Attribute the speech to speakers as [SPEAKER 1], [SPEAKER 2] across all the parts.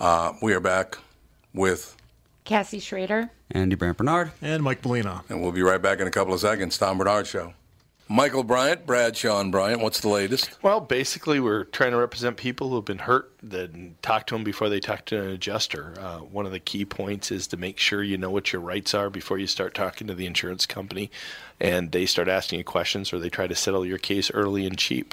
[SPEAKER 1] Uh, we are back with,
[SPEAKER 2] Cassie Schrader.
[SPEAKER 3] Andy Brandt Bernard.
[SPEAKER 4] And Mike Bellina.
[SPEAKER 1] and we'll be right back in a couple of seconds, Tom Bernard Show. Michael Bryant, Brad Sean Bryant, what's the latest?
[SPEAKER 5] Well, basically, we're trying to represent people who have been hurt, then talk to them before they talk to an adjuster. Uh, one of the key points is to make sure you know what your rights are before you start talking to the insurance company and they start asking you questions or they try to settle your case early and cheap.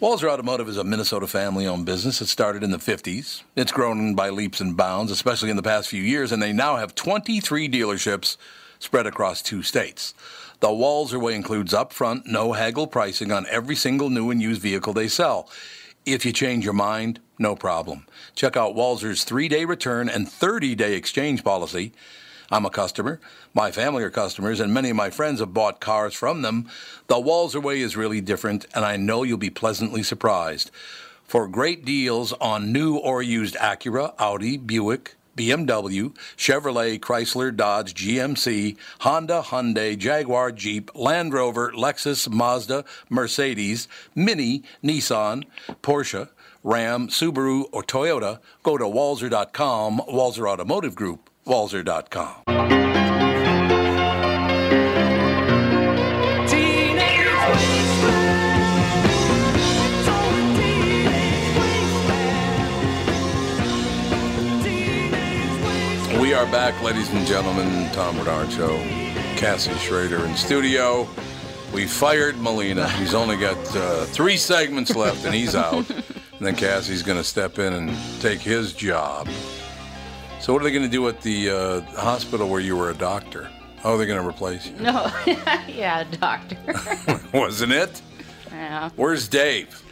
[SPEAKER 1] Walzer Automotive is a Minnesota family owned business. It started in the 50s. It's grown by leaps and bounds, especially in the past few years, and they now have 23 dealerships spread across two states. The Walzer Way includes upfront, no haggle pricing on every single new and used vehicle they sell. If you change your mind, no problem. Check out Walzer's three day return and 30 day exchange policy. I'm a customer. My family are customers, and many of my friends have bought cars from them. The Walzer way is really different, and I know you'll be pleasantly surprised. For great deals on new or used Acura, Audi, Buick, BMW, Chevrolet, Chrysler, Dodge, GMC, Honda, Hyundai, Jaguar, Jeep, Land Rover, Lexus, Mazda, Mercedes, Mini, Nissan, Porsche, Ram, Subaru, or Toyota, go to walzer.com, Walzer Automotive Group, walzer.com. We are back, ladies and gentlemen. Tom Bernard Show, Cassie Schrader in studio. We fired Molina. He's only got uh, three segments left, and he's out. and then Cassie's going to step in and take his job. So, what are they going to do at the uh, hospital where you were a doctor? How are they going to replace you?
[SPEAKER 2] No, yeah, doctor.
[SPEAKER 1] Wasn't it?
[SPEAKER 2] yeah.
[SPEAKER 1] Where's Dave?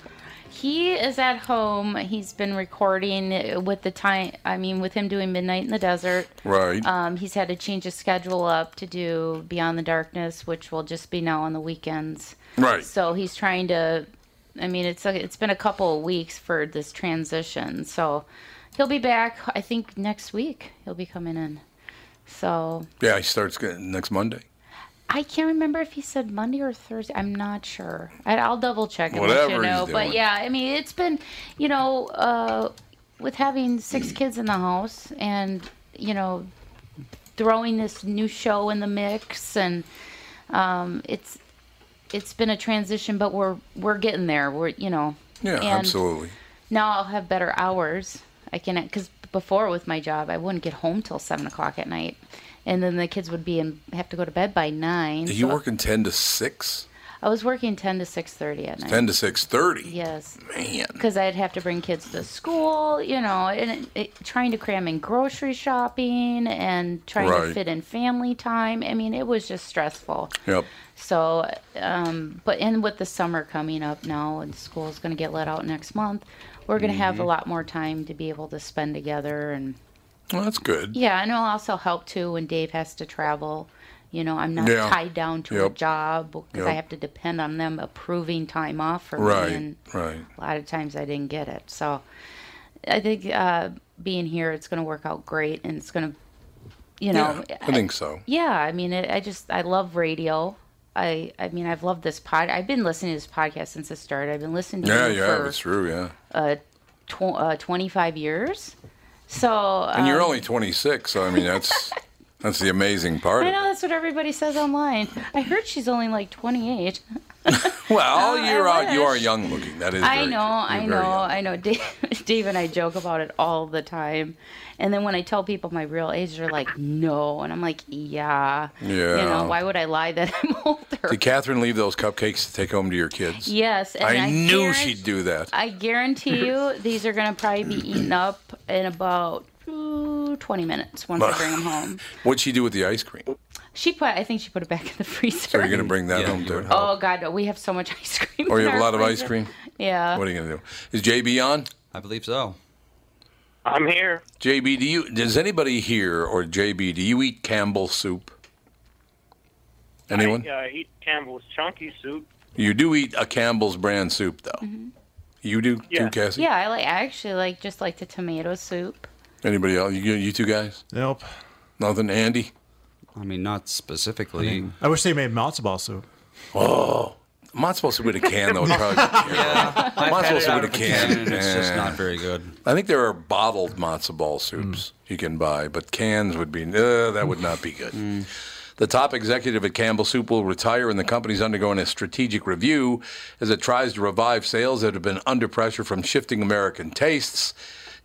[SPEAKER 2] He is at home. He's been recording with the time. I mean, with him doing Midnight in the Desert.
[SPEAKER 1] Right.
[SPEAKER 2] Um, he's had to change his schedule up to do Beyond the Darkness, which will just be now on the weekends.
[SPEAKER 1] right.
[SPEAKER 2] So he's trying to. I mean, it's it's been a couple of weeks for this transition. So he'll be back. I think next week he'll be coming in. So
[SPEAKER 1] yeah, he starts getting next Monday.
[SPEAKER 2] I can't remember if he said Monday or Thursday. I'm not sure. I, I'll double check. and let
[SPEAKER 1] Whatever he's
[SPEAKER 2] you know. But
[SPEAKER 1] doing.
[SPEAKER 2] yeah, I mean, it's been, you know, uh, with having
[SPEAKER 1] Hmm.
[SPEAKER 2] six kids in the house and, you know, throwing this new show in the mix and um, it's it's been a transition, but we're we're getting there. We're you know.
[SPEAKER 1] Yeah,
[SPEAKER 2] and
[SPEAKER 1] absolutely.
[SPEAKER 2] Now I'll have better hours. I can because before with my job, I wouldn't get home till seven o'clock at night. And then the kids would be and have to go to bed by nine.
[SPEAKER 1] Are you
[SPEAKER 2] so-
[SPEAKER 1] working 10 to 6?
[SPEAKER 2] I was working 10 to 6:30 at night.
[SPEAKER 1] Ten to six thirty.
[SPEAKER 2] Yes.
[SPEAKER 1] Man.
[SPEAKER 2] because I'd have to bring kids to school, you know, and it, it, trying to cram in grocery shopping and trying
[SPEAKER 1] Right.
[SPEAKER 2] to fit in family time. I mean, it was just stressful.
[SPEAKER 1] Yep.
[SPEAKER 2] So, um, but and with the summer coming up now, and school's going to get let out next month, we're going to have a
[SPEAKER 1] Mm-hmm.
[SPEAKER 2] lot more time to be able to spend together. And
[SPEAKER 1] Well, that's good.
[SPEAKER 2] yeah, and it'll also help too when Dave has to travel. You know, I'm not
[SPEAKER 1] Yeah.
[SPEAKER 2] tied down to a
[SPEAKER 1] Yep.
[SPEAKER 2] job because I
[SPEAKER 1] Yep.
[SPEAKER 2] have to depend on them approving time off for me.
[SPEAKER 1] Right.
[SPEAKER 2] And,
[SPEAKER 1] Right.
[SPEAKER 2] a lot of times I didn't get it. So I think uh, being here, it's going to work out great, and it's going to, you know,
[SPEAKER 1] yeah, I think so.
[SPEAKER 2] yeah. I mean, it, I just I love radio. I I mean, I've loved this pod. I've been listening to this podcast since it started. I've been listening to
[SPEAKER 1] Yeah,
[SPEAKER 2] you
[SPEAKER 1] yeah,
[SPEAKER 2] for
[SPEAKER 1] it's true. Yeah.
[SPEAKER 2] tw- uh, 25 years. So uh,
[SPEAKER 1] And you're only 26, so I mean that's that's the amazing part.
[SPEAKER 2] I
[SPEAKER 1] of it.
[SPEAKER 2] know that's what everybody says online. I heard she's only like 28.
[SPEAKER 1] Well, you're
[SPEAKER 2] I
[SPEAKER 1] out, you are
[SPEAKER 2] wish.
[SPEAKER 1] young looking. That is.
[SPEAKER 2] I
[SPEAKER 1] very true.
[SPEAKER 2] know,
[SPEAKER 1] You're
[SPEAKER 2] I
[SPEAKER 1] very
[SPEAKER 2] know,
[SPEAKER 1] young.
[SPEAKER 2] I know. Dave, Dave and I joke about it all the time. And then when I tell people my real age, they're like, no. And I'm like, yeah. You
[SPEAKER 1] Yeah.
[SPEAKER 2] know, why would I lie that I'm older?
[SPEAKER 1] Did Catherine leave those cupcakes to take home to your kids?
[SPEAKER 2] yes. And
[SPEAKER 1] I,
[SPEAKER 2] I
[SPEAKER 1] knew
[SPEAKER 2] guarant-
[SPEAKER 1] she'd do that.
[SPEAKER 2] I guarantee you these are going to probably be eaten up in about ooh, 20 minutes once I bring them home.
[SPEAKER 1] What'd she do with the ice cream?
[SPEAKER 2] She put, I think she put it back in the freezer.
[SPEAKER 1] Are you going to bring that
[SPEAKER 5] Yeah,
[SPEAKER 1] home
[SPEAKER 5] you
[SPEAKER 1] to
[SPEAKER 5] would
[SPEAKER 1] her?
[SPEAKER 2] Oh God, no, we have so much ice cream.
[SPEAKER 1] Or
[SPEAKER 2] in
[SPEAKER 1] you have a
[SPEAKER 2] our
[SPEAKER 1] lot of ice
[SPEAKER 2] freezer.
[SPEAKER 1] cream?
[SPEAKER 2] Yeah.
[SPEAKER 1] What are you going to do? Is JB on?
[SPEAKER 3] I believe so.
[SPEAKER 4] I'm here.
[SPEAKER 1] JB, do you? Does anybody here or JB? Do you eat Campbell soup? Anyone?
[SPEAKER 4] I uh, eat Campbell's chunky soup.
[SPEAKER 1] You do eat a Campbell's brand soup, though. You do
[SPEAKER 4] Yeah.
[SPEAKER 1] too, Cassie.
[SPEAKER 2] Yeah, I like. I actually like just like the tomato soup.
[SPEAKER 1] Anybody else? You, you two guys?
[SPEAKER 6] Nope.
[SPEAKER 1] Nothing, Andy.
[SPEAKER 3] I mean, not specifically.
[SPEAKER 6] I wish they made matzo ball soup.
[SPEAKER 1] oh, I'm not supposed to put a can though. It's probably
[SPEAKER 3] yeah, I've
[SPEAKER 1] Might as
[SPEAKER 3] had
[SPEAKER 1] well
[SPEAKER 3] it
[SPEAKER 1] see
[SPEAKER 3] out
[SPEAKER 1] what
[SPEAKER 3] of
[SPEAKER 1] it
[SPEAKER 3] a
[SPEAKER 1] can.
[SPEAKER 3] can, and it's just
[SPEAKER 1] Yeah.
[SPEAKER 3] not very good.
[SPEAKER 1] I think there are bottled matzo ball soups you can buy, but cans would be uh, that would not be good.
[SPEAKER 3] Mm.
[SPEAKER 1] The top executive at Campbell Soup will retire, and the company's undergoing a strategic review as it tries to revive sales that have been under pressure from shifting American tastes.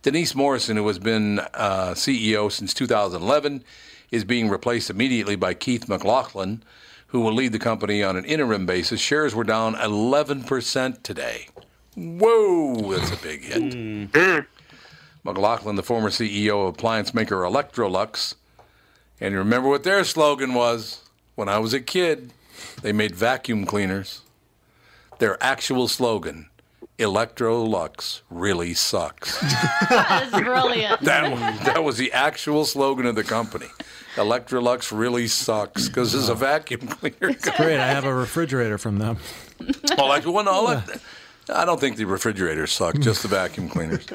[SPEAKER 1] Denise Morrison, who has been uh, CEO since 2011, is being replaced immediately by Keith McLaughlin, who will lead the company on an interim basis. Shares were down 11% today. Whoa, that's a big hit. McLaughlin, the former CEO of appliance maker Electrolux. And you remember what their slogan was? When I was a kid, they made vacuum cleaners. Their actual slogan, Electrolux really sucks.
[SPEAKER 2] That's brilliant.
[SPEAKER 1] That was, that was the actual slogan of the company. Electrolux really sucks because there's a vacuum cleaner.
[SPEAKER 6] Great. I have a refrigerator from them.
[SPEAKER 1] Well, like, well, no, let- I don't think the refrigerators suck, just the vacuum cleaners.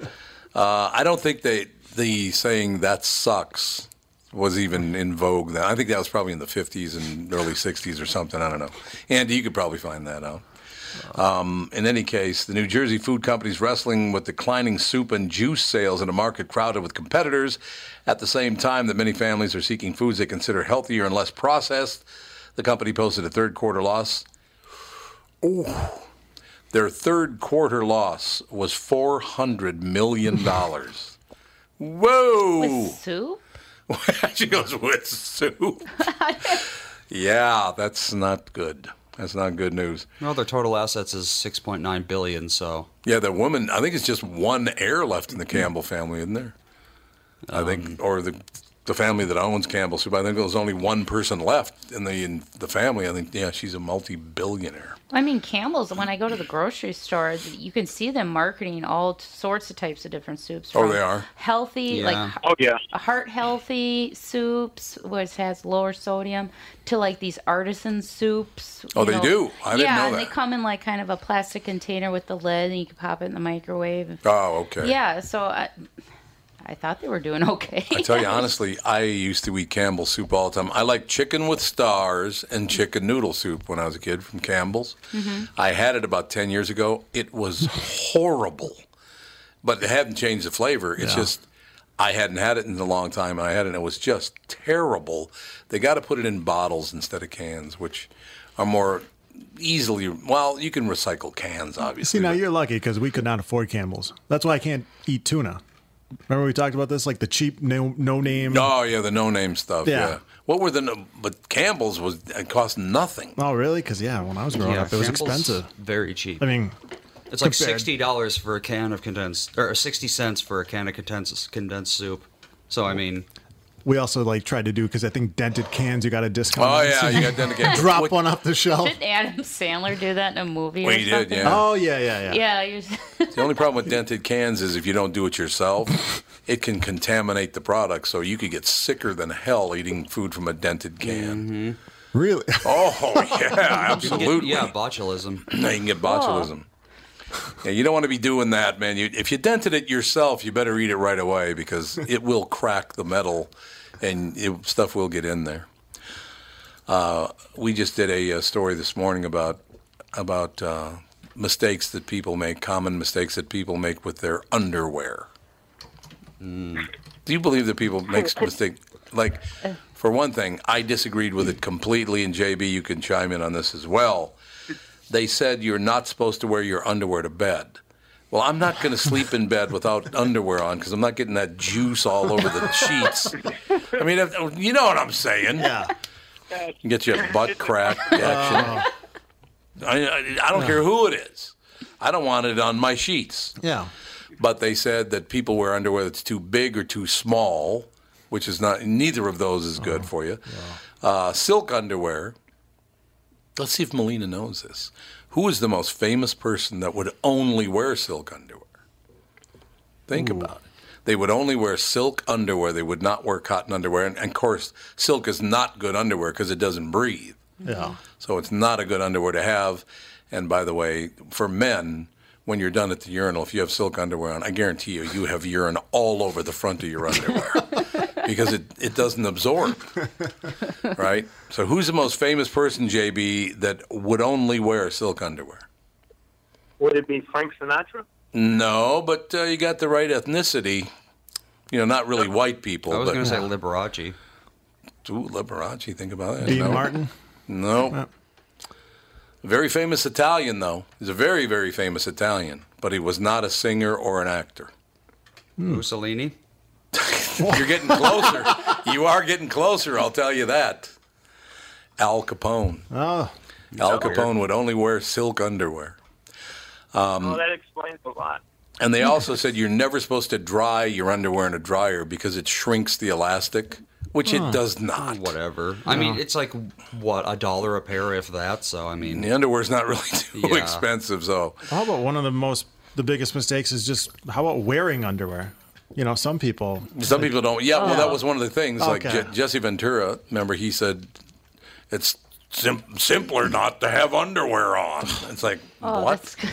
[SPEAKER 1] Uh, I don't think they the saying that sucks was even in vogue then. I think that was probably in the 50s and early 60s or something. I don't know. Andy, you could probably find that out. Um, in any case, the New Jersey food company's wrestling with declining soup and juice sales in a market crowded with competitors at the same time that many families are seeking foods they consider healthier and less processed. The company posted a third quarter loss their third quarter loss was four hundred million dollars. Whoa!
[SPEAKER 2] With soup?
[SPEAKER 1] she goes with soup. yeah, that's not good. That's not good news.
[SPEAKER 3] Well, their total assets is 6.9 billion, so
[SPEAKER 1] Yeah, that woman. I think it's just one heir left in the Campbell family, isn't there? I think, or the the family that owns Campbell Soup. I think there's only one person left in the in the family. I think, yeah, she's a multi-billionaire.
[SPEAKER 2] I mean, Campbell's, when I go to the grocery store, you can see them marketing all t- sorts of types of different soups.
[SPEAKER 1] Oh,
[SPEAKER 2] from
[SPEAKER 1] they are?
[SPEAKER 2] Healthy,
[SPEAKER 3] Yeah.
[SPEAKER 2] like
[SPEAKER 4] Oh yeah.
[SPEAKER 2] heart healthy soups, which has lower sodium, to like these artisan soups.
[SPEAKER 1] Oh,
[SPEAKER 2] you
[SPEAKER 1] they
[SPEAKER 2] know.
[SPEAKER 1] do? I didn't
[SPEAKER 2] yeah,
[SPEAKER 1] know
[SPEAKER 2] and they
[SPEAKER 1] that.
[SPEAKER 2] come in like kind of a plastic container with the lid, and you can pop it in the microwave.
[SPEAKER 1] Oh, okay.
[SPEAKER 2] Yeah, so I, I thought they were doing okay.
[SPEAKER 1] I tell you honestly, I used to eat Campbell's soup all the time. I liked chicken with stars and chicken noodle soup when I was a kid from Campbell's.
[SPEAKER 2] mm-hmm.
[SPEAKER 1] I had it about 10 years ago. It was horrible, but it hadn't changed the flavor. It's just, I hadn't had it in a long time, and I had it, and it was just terrible. They got to put it in bottles instead of cans, which are more easily, well, you can recycle cans, obviously.
[SPEAKER 6] See, now
[SPEAKER 1] but-
[SPEAKER 6] you're lucky because we could not afford Campbell's. That's why I can't eat tuna. Remember we talked about this, like the cheap no no name.
[SPEAKER 1] Oh yeah, the no name stuff. Yeah.
[SPEAKER 6] Yeah.
[SPEAKER 1] What were the? no- But Campbell's was it cost nothing.
[SPEAKER 6] Oh really? Because yeah, when I was growing up, it was
[SPEAKER 3] Campbell's
[SPEAKER 6] expensive.
[SPEAKER 3] Very cheap.
[SPEAKER 6] I mean,
[SPEAKER 3] it's like
[SPEAKER 6] compared-
[SPEAKER 3] sixty dollars for a can of condensed, or sixty cents for a can of condensed condensed soup. So I mean,
[SPEAKER 6] we also like tried to do because I think dented cans you got a discount.
[SPEAKER 1] Oh
[SPEAKER 6] on,
[SPEAKER 1] yeah,
[SPEAKER 6] so
[SPEAKER 1] you got done again.
[SPEAKER 6] drop
[SPEAKER 1] What-
[SPEAKER 6] one off the shelf.
[SPEAKER 2] Did Adam Sandler do that in a movie?
[SPEAKER 1] Well,
[SPEAKER 2] or
[SPEAKER 1] he did,
[SPEAKER 2] something?
[SPEAKER 1] yeah.
[SPEAKER 6] Oh yeah, yeah, yeah.
[SPEAKER 2] Yeah, he was-
[SPEAKER 1] The only problem with dented cans is if you don't do it yourself, it can contaminate the product, so you could get sicker than hell eating food from a dented can.
[SPEAKER 6] Really?
[SPEAKER 1] Oh yeah,
[SPEAKER 3] you can get-
[SPEAKER 1] absolutely.
[SPEAKER 3] yeah, botulism.
[SPEAKER 1] Now you can get botulism. Yeah, you don't want to be doing that, man. You, if you dented it yourself, you better eat it right away because it will crack the metal, and it, stuff will get in there. Uh, we just did a, uh story this morning about about uh, mistakes that people make, common mistakes that people make with their underwear. Do you believe that people make mistakes? Like, for one thing, I disagreed with it completely, and JB, you can chime in on this as well they said you're not supposed to wear your underwear to bed. Well, I'm not going to sleep in bed without underwear on because I'm not getting that juice all over the sheets. I mean, if, you know what I'm saying. Yeah. Get your butt crack action. I, I, I don't care who it is. I don't want it on my sheets.
[SPEAKER 6] yeah.
[SPEAKER 1] But they said that people wear underwear that's too big or too small, which is not, neither of those is good for you. Uh, silk underwear. Let's see if Melina knows this. Who is the most famous person that would only wear silk underwear? Think about it. They would only wear silk underwear. They would not wear cotton underwear. And, and of course, silk is not good underwear because it doesn't breathe.
[SPEAKER 6] Yeah.
[SPEAKER 1] So it's not a good underwear to have. And by the way, for men, when you're done at the urinal, if you have silk underwear on, I guarantee you, you have urine all over the front of your underwear because it, it doesn't absorb. Right? So, who's the most famous person, JB, that would only wear silk underwear?
[SPEAKER 4] Would it be Frank Sinatra?
[SPEAKER 1] No, but uh, you got the right ethnicity. You know, not really white people,
[SPEAKER 3] I was
[SPEAKER 1] but
[SPEAKER 3] going to say Liberace.
[SPEAKER 1] Ooh, Liberace. Think about that.
[SPEAKER 6] Dean
[SPEAKER 1] No.
[SPEAKER 6] Martin.
[SPEAKER 1] No. Very famous Italian, though. He's a very, very famous Italian, but he was not a singer or an actor.
[SPEAKER 3] Hmm. Mussolini.
[SPEAKER 1] You're getting closer. you are getting closer, I'll tell you that. Al Capone.
[SPEAKER 6] Oh,
[SPEAKER 1] Al Capone would only wear silk underwear. Um,
[SPEAKER 4] oh, that explains a lot.
[SPEAKER 1] And they also said you're never supposed to dry your underwear in a dryer because it shrinks the elastic, which it does not.
[SPEAKER 3] Whatever. I mean, it's like what a dollar a pair, if that. So I mean,
[SPEAKER 1] The underwear's not really too
[SPEAKER 3] Yeah.
[SPEAKER 1] expensive, so
[SPEAKER 6] how about one of the most the biggest mistakes is just how about wearing underwear? You know, some people.
[SPEAKER 1] Some people don't. Yeah, well,
[SPEAKER 2] Oh.
[SPEAKER 1] that was one of the things. Like
[SPEAKER 6] Okay.
[SPEAKER 1] Je- Jesse Ventura, remember he said, "It's sim- simpler not to have underwear on." It's like
[SPEAKER 2] oh,
[SPEAKER 1] what?
[SPEAKER 2] that's good.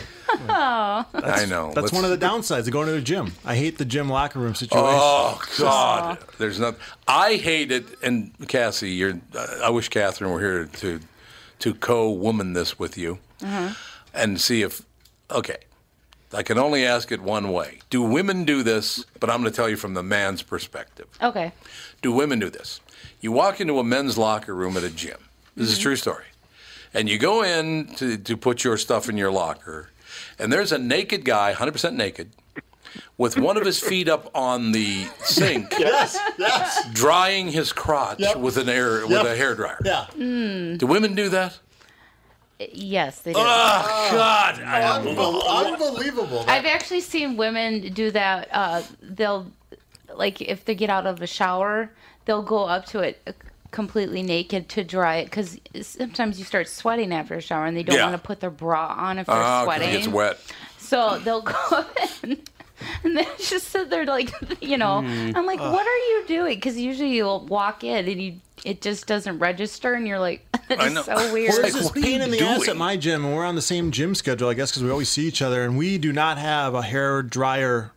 [SPEAKER 1] I know.
[SPEAKER 6] That's
[SPEAKER 1] Let's-
[SPEAKER 6] one of the downsides of going to the gym. I hate the gym locker room situation.
[SPEAKER 1] Oh God! There's nothing. I hate it. And Cassie, you're. I wish Catherine were here to to co-woman this with you
[SPEAKER 2] Uh-huh.
[SPEAKER 1] and see if. Okay, I can only ask it one way. Do women do this? But I'm going to tell you from the man's perspective.
[SPEAKER 2] Okay.
[SPEAKER 1] do women do this? You walk into a men's locker room at a gym. This
[SPEAKER 6] Mm-hmm.
[SPEAKER 1] is a true story. And you go in to, to put your stuff in your locker, and there's a naked guy, 100% naked, with one of his feet up on the sink,
[SPEAKER 6] Yes, yes,
[SPEAKER 1] drying his crotch
[SPEAKER 6] Yep.
[SPEAKER 1] with an air with
[SPEAKER 6] Yep.
[SPEAKER 1] a hair dryer.
[SPEAKER 6] yeah.
[SPEAKER 1] Do women do that?
[SPEAKER 2] Hmm. Yes, they do.
[SPEAKER 1] God, I-
[SPEAKER 6] Unbelievable.
[SPEAKER 2] I've actually seen women do that. Uh, they'll, like, if they get out of a shower, they'll go up to it uh, completely naked to dry it because sometimes you start sweating after a shower and they don't
[SPEAKER 1] Yeah.
[SPEAKER 2] want to put their bra on if they're
[SPEAKER 1] Ah, 'cause
[SPEAKER 2] sweating.
[SPEAKER 1] it gets wet.
[SPEAKER 2] So they'll go up and, and they just sit there like, you know,
[SPEAKER 6] Mm.
[SPEAKER 2] I'm like, what are you doing? Because usually you'll walk in and you it just doesn't register and you're like,
[SPEAKER 1] I
[SPEAKER 2] that
[SPEAKER 1] know.
[SPEAKER 2] is so weird.
[SPEAKER 6] Well,
[SPEAKER 1] Like,
[SPEAKER 6] it's this
[SPEAKER 1] what are
[SPEAKER 6] pain
[SPEAKER 1] you
[SPEAKER 6] in the ass
[SPEAKER 1] doing?
[SPEAKER 6] at my gym, and we're on the same gym schedule, I guess, because we always see each other, and we do not have a hair dryer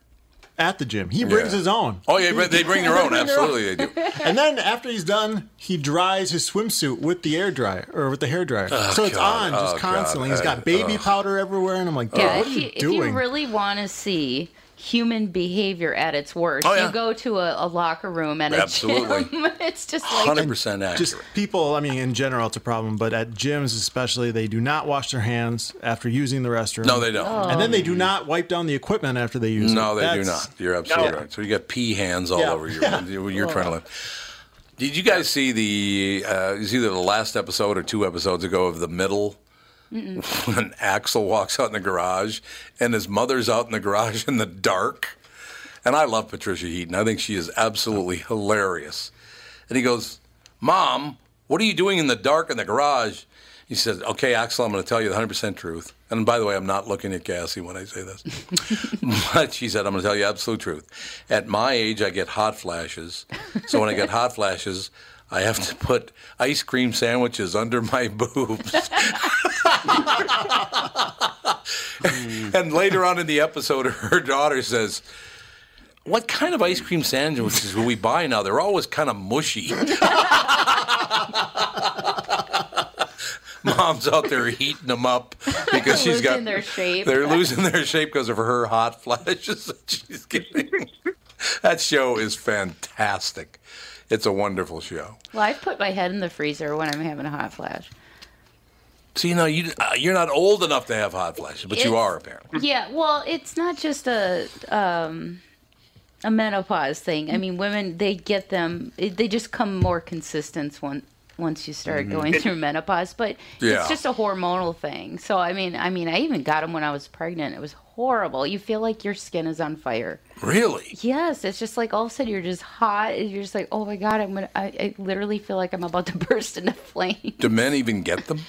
[SPEAKER 6] at the gym. He brings
[SPEAKER 1] Yeah.
[SPEAKER 6] his own,
[SPEAKER 1] Oh yeah, but they bring their own. Absolutely, they do.
[SPEAKER 6] and then after he's done, he dries his swimsuit with the air dryer or with the hair dryer. so it's
[SPEAKER 1] God.
[SPEAKER 6] on just
[SPEAKER 1] Oh, God.
[SPEAKER 6] constantly. He's
[SPEAKER 1] Uh,
[SPEAKER 6] got baby powder everywhere, and I'm like, dude,
[SPEAKER 2] Yeah,
[SPEAKER 6] what
[SPEAKER 2] if
[SPEAKER 6] are
[SPEAKER 2] you,
[SPEAKER 6] you
[SPEAKER 2] if you
[SPEAKER 6] doing?
[SPEAKER 2] really want to see, human behavior at its worst.
[SPEAKER 1] Oh, yeah.
[SPEAKER 2] You go to a, a locker room at a
[SPEAKER 1] Absolutely.
[SPEAKER 2] gym. It's just like
[SPEAKER 1] 100% accurate.
[SPEAKER 6] Just people, I mean, in general, it's a problem, but at gyms especially, they do not wash their hands after using the restroom.
[SPEAKER 1] no, they don't.
[SPEAKER 6] And then they do not wipe down the equipment after they use it.
[SPEAKER 1] No, they do
[SPEAKER 6] That's-
[SPEAKER 1] not. You're absolutely
[SPEAKER 4] No.
[SPEAKER 1] right. So you got pee hands all
[SPEAKER 6] Yeah.
[SPEAKER 1] over your your your adrenaline. Did you guys see the? Uh, it's either the last episode or two episodes ago of the middle. When Axel walks out in the garage, and his mother's out in the garage in the dark, and I love Patricia Heaton. I think she is absolutely hilarious. And he goes, "Mom, what are you doing in the dark in the garage?" He says, "Okay, Axel, I'm going to tell you the 100% truth." And by the way, I'm not looking at Cassie when I say this. But she said, I'm going to tell you absolute truth. At my age, I get hot flashes. So when I get hot flashes, I have to put ice cream sandwiches under my boobs. and later on in the episode, her daughter says, What kind of ice cream sandwiches will we buy now? They're always kind of mushy. Mom's out there heating them up because she's
[SPEAKER 2] losing
[SPEAKER 1] got
[SPEAKER 2] their shape.
[SPEAKER 1] they're losing their shape because of her hot flashes that she's getting. that show is fantastic. It's a wonderful show.
[SPEAKER 2] Well, I put my head in the freezer when I'm having a hot flash.
[SPEAKER 1] See, now you uh, you're not old enough to have hot flashes, but you
[SPEAKER 2] It's-
[SPEAKER 1] are apparently.
[SPEAKER 2] Yeah, well, it's not just a um, a menopause thing. I mean, women they get them; it- they just come more consistent once once you start going through menopause. But
[SPEAKER 1] Mm-hmm. Yeah.
[SPEAKER 2] it's just a hormonal thing. So, I mean, I mean, I even got them when I was pregnant. It was horrible. You feel like your skin is on fire.
[SPEAKER 1] Really?
[SPEAKER 2] Yes, it's just like all of a sudden you're just hot. And you're just like, oh my god, I'm gonna. I, I literally feel like I'm about to burst into flame.
[SPEAKER 1] Do men even get them?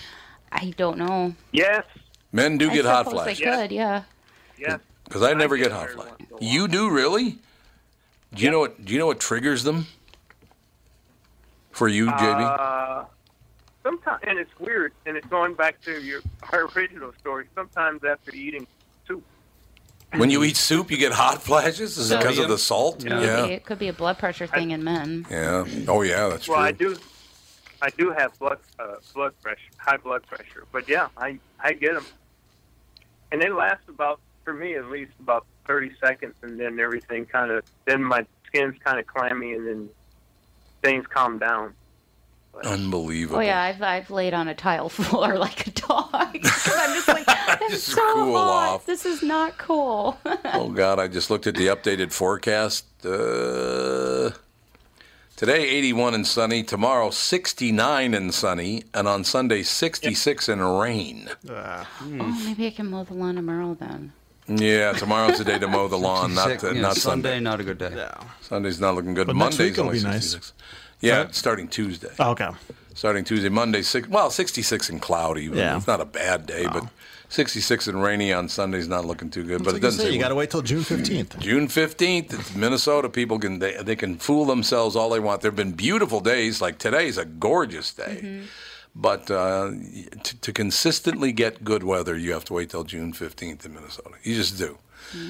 [SPEAKER 2] I don't know.
[SPEAKER 4] Yes,
[SPEAKER 1] Men do
[SPEAKER 2] I
[SPEAKER 1] get hot
[SPEAKER 2] suppose
[SPEAKER 1] flashes
[SPEAKER 2] They could, yeah.
[SPEAKER 4] yes.
[SPEAKER 1] because I never
[SPEAKER 4] get
[SPEAKER 1] get hot
[SPEAKER 4] every
[SPEAKER 1] flashes.
[SPEAKER 4] once in a while.
[SPEAKER 1] You do really? Do you know what? Do you know what triggers them? For you,
[SPEAKER 4] Uh,
[SPEAKER 1] JB.
[SPEAKER 4] Sometimes, and it's weird, and it's going back to your our original story. Sometimes after eating soup,
[SPEAKER 1] when you eat soup, you get hot flashes. Is it because of the salt?
[SPEAKER 2] Maybe
[SPEAKER 1] yeah.
[SPEAKER 2] It could be a blood pressure thing in men.
[SPEAKER 1] Yeah. Oh yeah, that's
[SPEAKER 4] well,
[SPEAKER 1] true.
[SPEAKER 4] I do, I do have blood uh, blood pressure, high blood pressure. But yeah, I I get them, and they last about for me at least about thirty seconds, and then everything kind of then my skin's kind of clammy, and then things calm down.
[SPEAKER 1] Unbelievable.
[SPEAKER 2] Oh yeah, I've I've laid on a tile floor like a dog. 'Cause I'm just like, that's
[SPEAKER 1] Just
[SPEAKER 2] so
[SPEAKER 1] cool
[SPEAKER 2] hot.
[SPEAKER 1] off.
[SPEAKER 2] This is not cool.
[SPEAKER 1] Oh God! I just looked at the updated forecast. Uh, today, 81 and sunny. Tomorrow, 69 and sunny, and on Sunday, 66 and rain. Hmm.
[SPEAKER 2] oh, maybe I can mow the lawn tomorrow then.
[SPEAKER 1] Yeah, tomorrow's the day to mow the lawn, not
[SPEAKER 3] Sick,
[SPEAKER 1] the,
[SPEAKER 3] yeah,
[SPEAKER 1] not
[SPEAKER 3] Sunday,
[SPEAKER 1] Sunday.
[SPEAKER 3] not a good day.
[SPEAKER 1] Sunday's not looking good.
[SPEAKER 6] But next
[SPEAKER 1] Monday's
[SPEAKER 6] week it'll
[SPEAKER 1] only
[SPEAKER 6] be nice.
[SPEAKER 1] 66. Yeah, starting Tuesday.
[SPEAKER 6] Oh, okay.
[SPEAKER 1] Starting Tuesday, Monday, six, well, 66 and cloudy.
[SPEAKER 6] Yeah.
[SPEAKER 1] It's not a bad day, but 66 and rainy on Sunday's not looking too good. But
[SPEAKER 6] But like
[SPEAKER 1] it doesn't
[SPEAKER 6] you say,
[SPEAKER 1] seem
[SPEAKER 6] you got to wait till June 15th.
[SPEAKER 1] June fifteenth, it's Minnesota. People can they, they can fool themselves all they want. There've been beautiful days like today's a gorgeous day, but uh, to, to consistently get good weather, you have to wait till June fifteenth in Minnesota. You just do.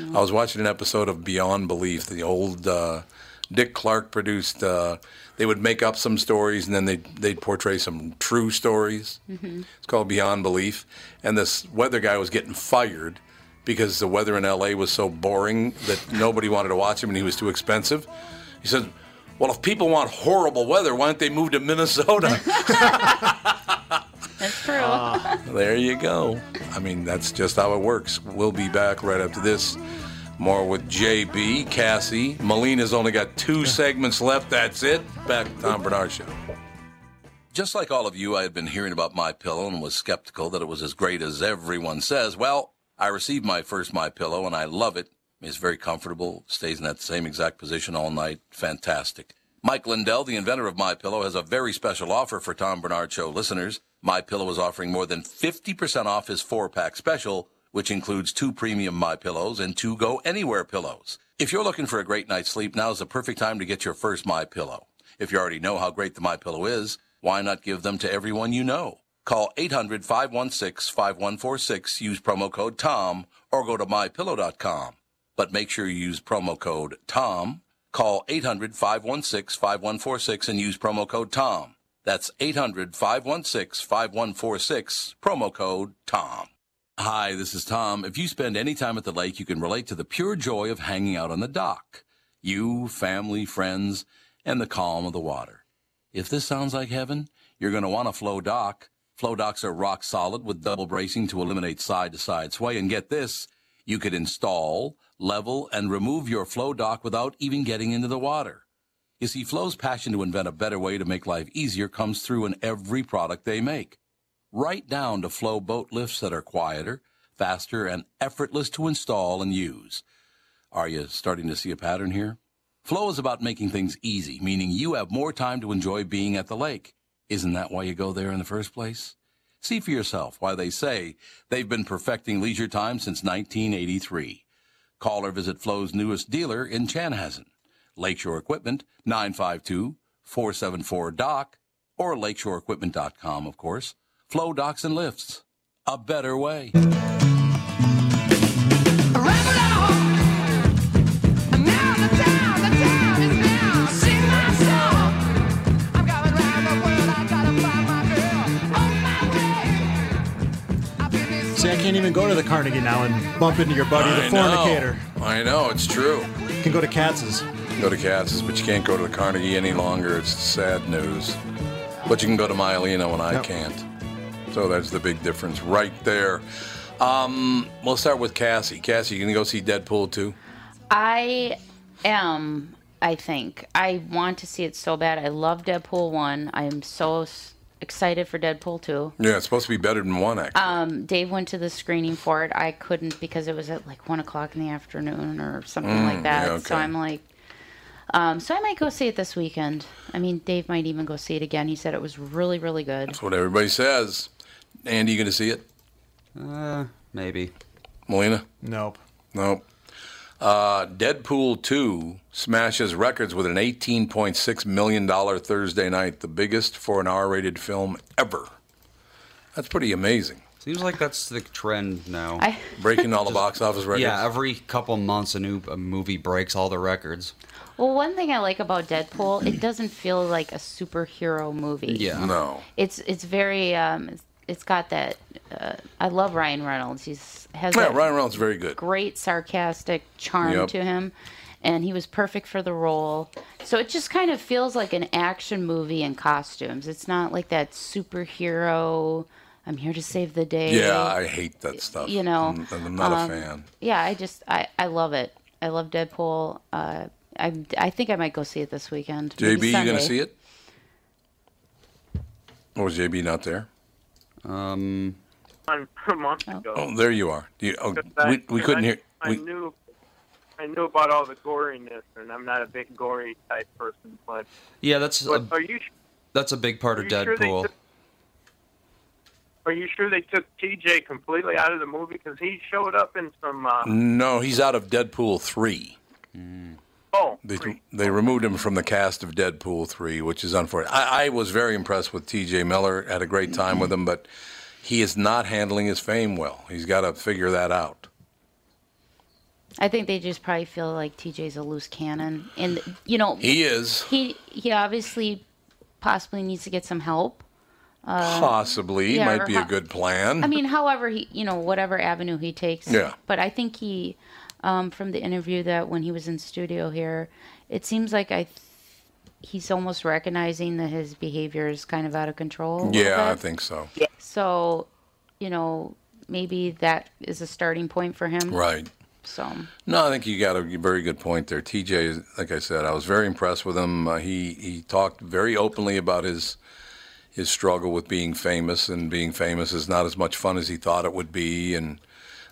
[SPEAKER 1] I was watching an episode of Beyond Belief, the old uh, Dick Clark produced. Uh, they would make up some stories and then they they'd portray some true stories.
[SPEAKER 2] Mm-hmm.
[SPEAKER 1] It's called Beyond Belief, and this weather guy was getting fired because the weather in LA was so boring that nobody wanted to watch him and he was too expensive. He said, "Well, if people want horrible weather, why don't they move to Minnesota?"
[SPEAKER 2] That's true.
[SPEAKER 3] Ah.
[SPEAKER 1] There you go. I mean, that's just how it works. We'll be back right after this. More with JB, Cassie. Molina's only got two segments left. That's it. Back to Tom Bernard Show. Just like all of you, I had been hearing about my pillow and was skeptical that it was as great as everyone says. Well, I received my first my pillow and I love it. It's very comfortable, stays in that same exact position all night. Fantastic. Mike Lindell, the inventor of my pillow, has a very special offer for Tom Bernard show listeners. My pillow is offering more than 50% off his four-pack special, which includes two premium my pillows and two go anywhere pillows. If you're looking for a great night's sleep, now is the perfect time to get your first my pillow. If you already know how great the My Pillow is, why not give them to everyone you know? Call 800 516 5146, use promo code TOM, or go to mypillow.com. But make sure you use promo code TOM. Call 800 516 5146 and use promo code TOM. That's 800 516 5146, promo code TOM. Hi, this is Tom. If you spend any time at the lake, you can relate to the pure joy of hanging out on the dock. You, family, friends, and the calm of the water. If this sounds like heaven, you're going to want a flow dock. Flow docks are rock solid with double bracing to eliminate side to side sway. And get this, you could install, level, and remove your flow dock without even getting into the water. You see, Flow's passion to invent a better way to make life easier comes through in every product they make right down to flow boat lifts that are quieter, faster, and effortless to install and use. Are you starting to see a pattern here? Flow is about making things easy, meaning you have more time to enjoy being at the lake. Isn't that why you go there in the first place? See for yourself why they say they've been perfecting leisure time since 1983. Call or visit Flow's newest dealer in Chanhassen. Lakeshore Equipment, 952-474-DOC, or lakeshoreequipment.com, of course. Flow docks and lifts. A better way.
[SPEAKER 6] See, I can't even go to the Carnegie now and bump into your buddy, the
[SPEAKER 1] I know.
[SPEAKER 6] fornicator.
[SPEAKER 1] I know, it's true.
[SPEAKER 6] Can go to Katz's.
[SPEAKER 1] Go to Katz's, but you can't go to the Carnegie any longer. It's sad news. But you can go to Myelina when I
[SPEAKER 6] Yep.
[SPEAKER 1] can't. So that's the big difference right there. Um, we'll start with Cassie. Cassie, you gonna go see Deadpool too?
[SPEAKER 2] I am. I think I want to see it so bad. I love Deadpool one. I am so s- excited for Deadpool two.
[SPEAKER 1] Yeah, it's supposed to be better than one actually.
[SPEAKER 2] Um, Dave went to the screening for it. I couldn't because it was at like one o'clock in the afternoon or something like that.
[SPEAKER 1] Mm, yeah, okay.
[SPEAKER 2] So I'm like, um, so I might go see it this weekend. I mean, Dave might even go see it again. He said it was really, really good.
[SPEAKER 1] That's what everybody says. Andy, you gonna see it?
[SPEAKER 3] Uh, maybe.
[SPEAKER 1] Melina?
[SPEAKER 6] Nope.
[SPEAKER 1] No. Uh, Deadpool 2 smashes records with an $18.6 million Thursday night, the biggest for an R rated film ever. That's pretty amazing.
[SPEAKER 3] Seems like that's the trend now.
[SPEAKER 2] I
[SPEAKER 1] Breaking all the box office records.
[SPEAKER 3] yeah, every couple months a new a movie breaks all the records.
[SPEAKER 2] well, one thing I like about Deadpool, it doesn't feel like a superhero movie.
[SPEAKER 3] Yeah.
[SPEAKER 1] No.
[SPEAKER 2] it's it's very um it's, it's got that uh, I love Ryan Reynolds. He's has
[SPEAKER 1] Yeah,
[SPEAKER 2] that
[SPEAKER 1] Ryan Reynolds is very good.
[SPEAKER 2] great sarcastic charm
[SPEAKER 1] Yep.
[SPEAKER 2] to him and he was perfect for the role. So it just kind of feels like an action movie in costumes. It's not like that superhero I'm here to save the day.
[SPEAKER 1] Yeah, I hate that stuff.
[SPEAKER 2] You know,
[SPEAKER 1] I'm, I'm not
[SPEAKER 2] um,
[SPEAKER 1] a fan.
[SPEAKER 2] Yeah, I just I I love it. I love Deadpool. Uh I, I think I might go see it this weekend.
[SPEAKER 1] JB,
[SPEAKER 2] maybe
[SPEAKER 1] you going to
[SPEAKER 2] Sunday.
[SPEAKER 1] see it? Or was JB not there?
[SPEAKER 3] Um,
[SPEAKER 4] on a month ago.
[SPEAKER 1] Oh, there you are. Do you- oh, we, we couldn't
[SPEAKER 4] I,
[SPEAKER 1] hear.
[SPEAKER 4] I
[SPEAKER 1] We,
[SPEAKER 4] knew, I knew about all the goriness, and I'm not a big gory type person. But,
[SPEAKER 3] yeah, that's
[SPEAKER 4] but
[SPEAKER 3] a,
[SPEAKER 4] are you
[SPEAKER 3] that's a big part
[SPEAKER 4] are
[SPEAKER 3] of
[SPEAKER 4] you sure they
[SPEAKER 3] Deadpool.
[SPEAKER 4] took- are you sure they took TJ completely out of the movie because he showed up in some? Uh,
[SPEAKER 1] no, he's out of Deadpool 3.
[SPEAKER 4] oh,
[SPEAKER 1] They,
[SPEAKER 4] freak.
[SPEAKER 1] they removed him from the cast of Deadpool 3, which is unfortunate. I, I was very impressed with TJ Miller, had a great time with him, but he is not handling his fame well. He's got to figure that out.
[SPEAKER 2] I think they just probably feel like TJ's a loose cannon. And you know,
[SPEAKER 1] He is
[SPEAKER 2] he he obviously possibly needs to get some help. Uh,
[SPEAKER 1] possibly,
[SPEAKER 2] yeah,
[SPEAKER 1] might
[SPEAKER 2] or
[SPEAKER 1] be a
[SPEAKER 2] ho-
[SPEAKER 1] good plan.
[SPEAKER 2] I mean, however he you know whatever avenue he takes.
[SPEAKER 1] Yeah.
[SPEAKER 2] But I think he, um, from the interview that when he was in studio here, it seems like I. Th- He's almost recognizing that his behavior is kind of out of control. a little
[SPEAKER 1] yeah, I
[SPEAKER 2] bit.
[SPEAKER 1] think so.
[SPEAKER 2] So, you know, maybe that is a starting point for him.
[SPEAKER 1] Right.
[SPEAKER 2] So,
[SPEAKER 1] No, I think you got a very good point there. TJ, is- like I said, I was very impressed with him. Uh, he he talked very openly about his his struggle with being famous and being famous is not as much fun as he thought it would be, and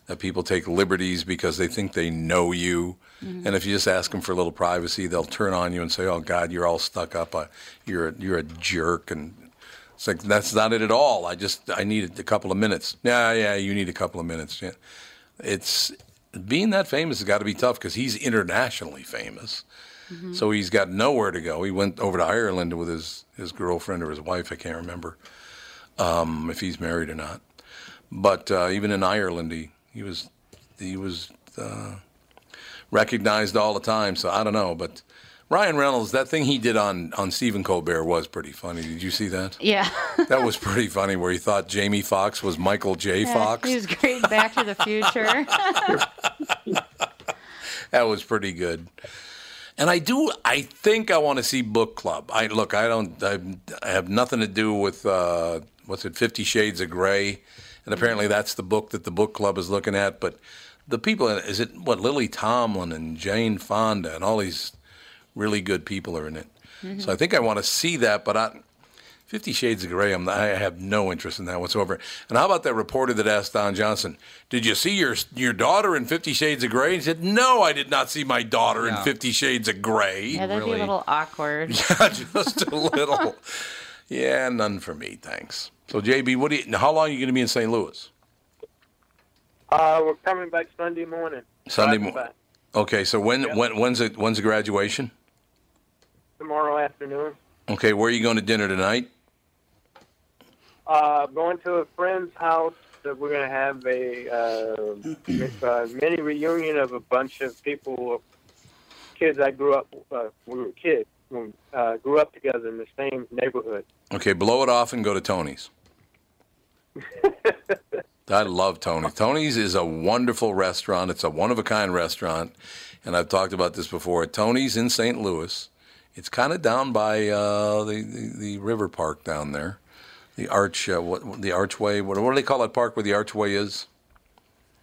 [SPEAKER 1] that people take liberties because they think they know you, Mm-hmm. and if you just ask them for a little privacy, they'll turn on you and say, "Oh God, you're all stuck up. Uh, you're a, you're a jerk." And it's like that's not it at all. I just I needed a couple of minutes. Yeah, yeah, you need a couple of minutes. Yeah it's being that famous has got to be tough because he's internationally famous. So he's got nowhere to go. He went over to Ireland with his, his girlfriend or his wife. I can't remember um, if he's married or not. But uh, even in Ireland, he, he was he was uh, recognized all the time. So I don't know. But Ryan Reynolds, that thing he did on on Stephen Colbert was pretty funny. Did you see that?
[SPEAKER 2] Yeah.
[SPEAKER 1] That was pretty funny, where he thought Jamie Foxx was Michael J. Fox.
[SPEAKER 2] He was great Back to the Future.
[SPEAKER 1] That was pretty good. And I do. I think I want to see book club. I look. I don't. I, I have nothing to do with uh, what's it? Fifty Shades of Grey, and apparently that's the book that the book club is looking at. But the people is it what Lily Tomlin and Jane Fonda and all these really good people are in it.
[SPEAKER 3] Mm-hmm.
[SPEAKER 1] So I think I want to see that. But I, Fifty Shades of Grey. I'm, I have no interest in that whatsoever. And how about that reporter that asked Don Johnson, "Did you see your your daughter in Fifty Shades of Grey?" And he said, "No, I did not see my daughter in
[SPEAKER 3] Yeah.
[SPEAKER 1] Fifty Shades of Grey."
[SPEAKER 2] Yeah, that'd be
[SPEAKER 3] Really?
[SPEAKER 2] a little awkward.
[SPEAKER 1] just a little. yeah, none for me, thanks. So JB, what do you? How long are you going to be in St. Louis?
[SPEAKER 4] Uh, we're coming back Sunday morning.
[SPEAKER 1] Sunday
[SPEAKER 4] Driving
[SPEAKER 1] morning.
[SPEAKER 4] back
[SPEAKER 1] Okay, so when
[SPEAKER 4] Yeah.
[SPEAKER 1] when when's it? When's the graduation?
[SPEAKER 4] Tomorrow afternoon.
[SPEAKER 1] Okay, where are you going to dinner tonight?
[SPEAKER 4] Uh, going to a friend's house that we're going to have a, uh, it's a mini reunion of a bunch of people, kids I grew up, uh, we were kids, we, uh, grew up together in the same neighborhood.
[SPEAKER 1] Okay, blow it off and go to Tony's. I love Tony's. Tony's is a wonderful restaurant. It's a one of a kind restaurant, and I've talked about this before. Tony's in St. Louis. It's kind of down by uh, the, the the river park down there, the arch, uh, what, what- the archway. What, what do they call that park where the archway is?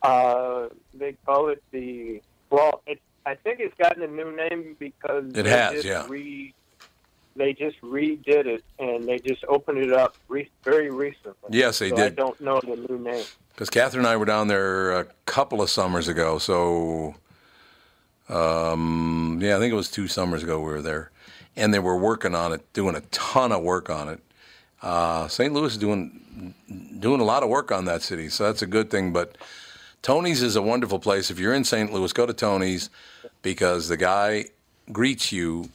[SPEAKER 4] Uh, they call it the, well, it, I think it's gotten a new name because
[SPEAKER 1] It
[SPEAKER 4] they
[SPEAKER 1] has,
[SPEAKER 4] just
[SPEAKER 1] yeah.
[SPEAKER 4] Re, they just redid it and they just opened it up re- very recently.
[SPEAKER 1] Yes, they
[SPEAKER 4] So I
[SPEAKER 1] did.
[SPEAKER 4] don't know the new name.
[SPEAKER 1] Because Catherine and I were down there a couple of summers ago. So, um, yeah, I think it was two summers ago we were there. And they were working on it, doing a ton of work on it. Uh, St. Louis is doing, doing a lot of work on that city. So that's a good thing. But Tony's is a wonderful place. If you're in St. Louis, go to Tony's because the guy greets you.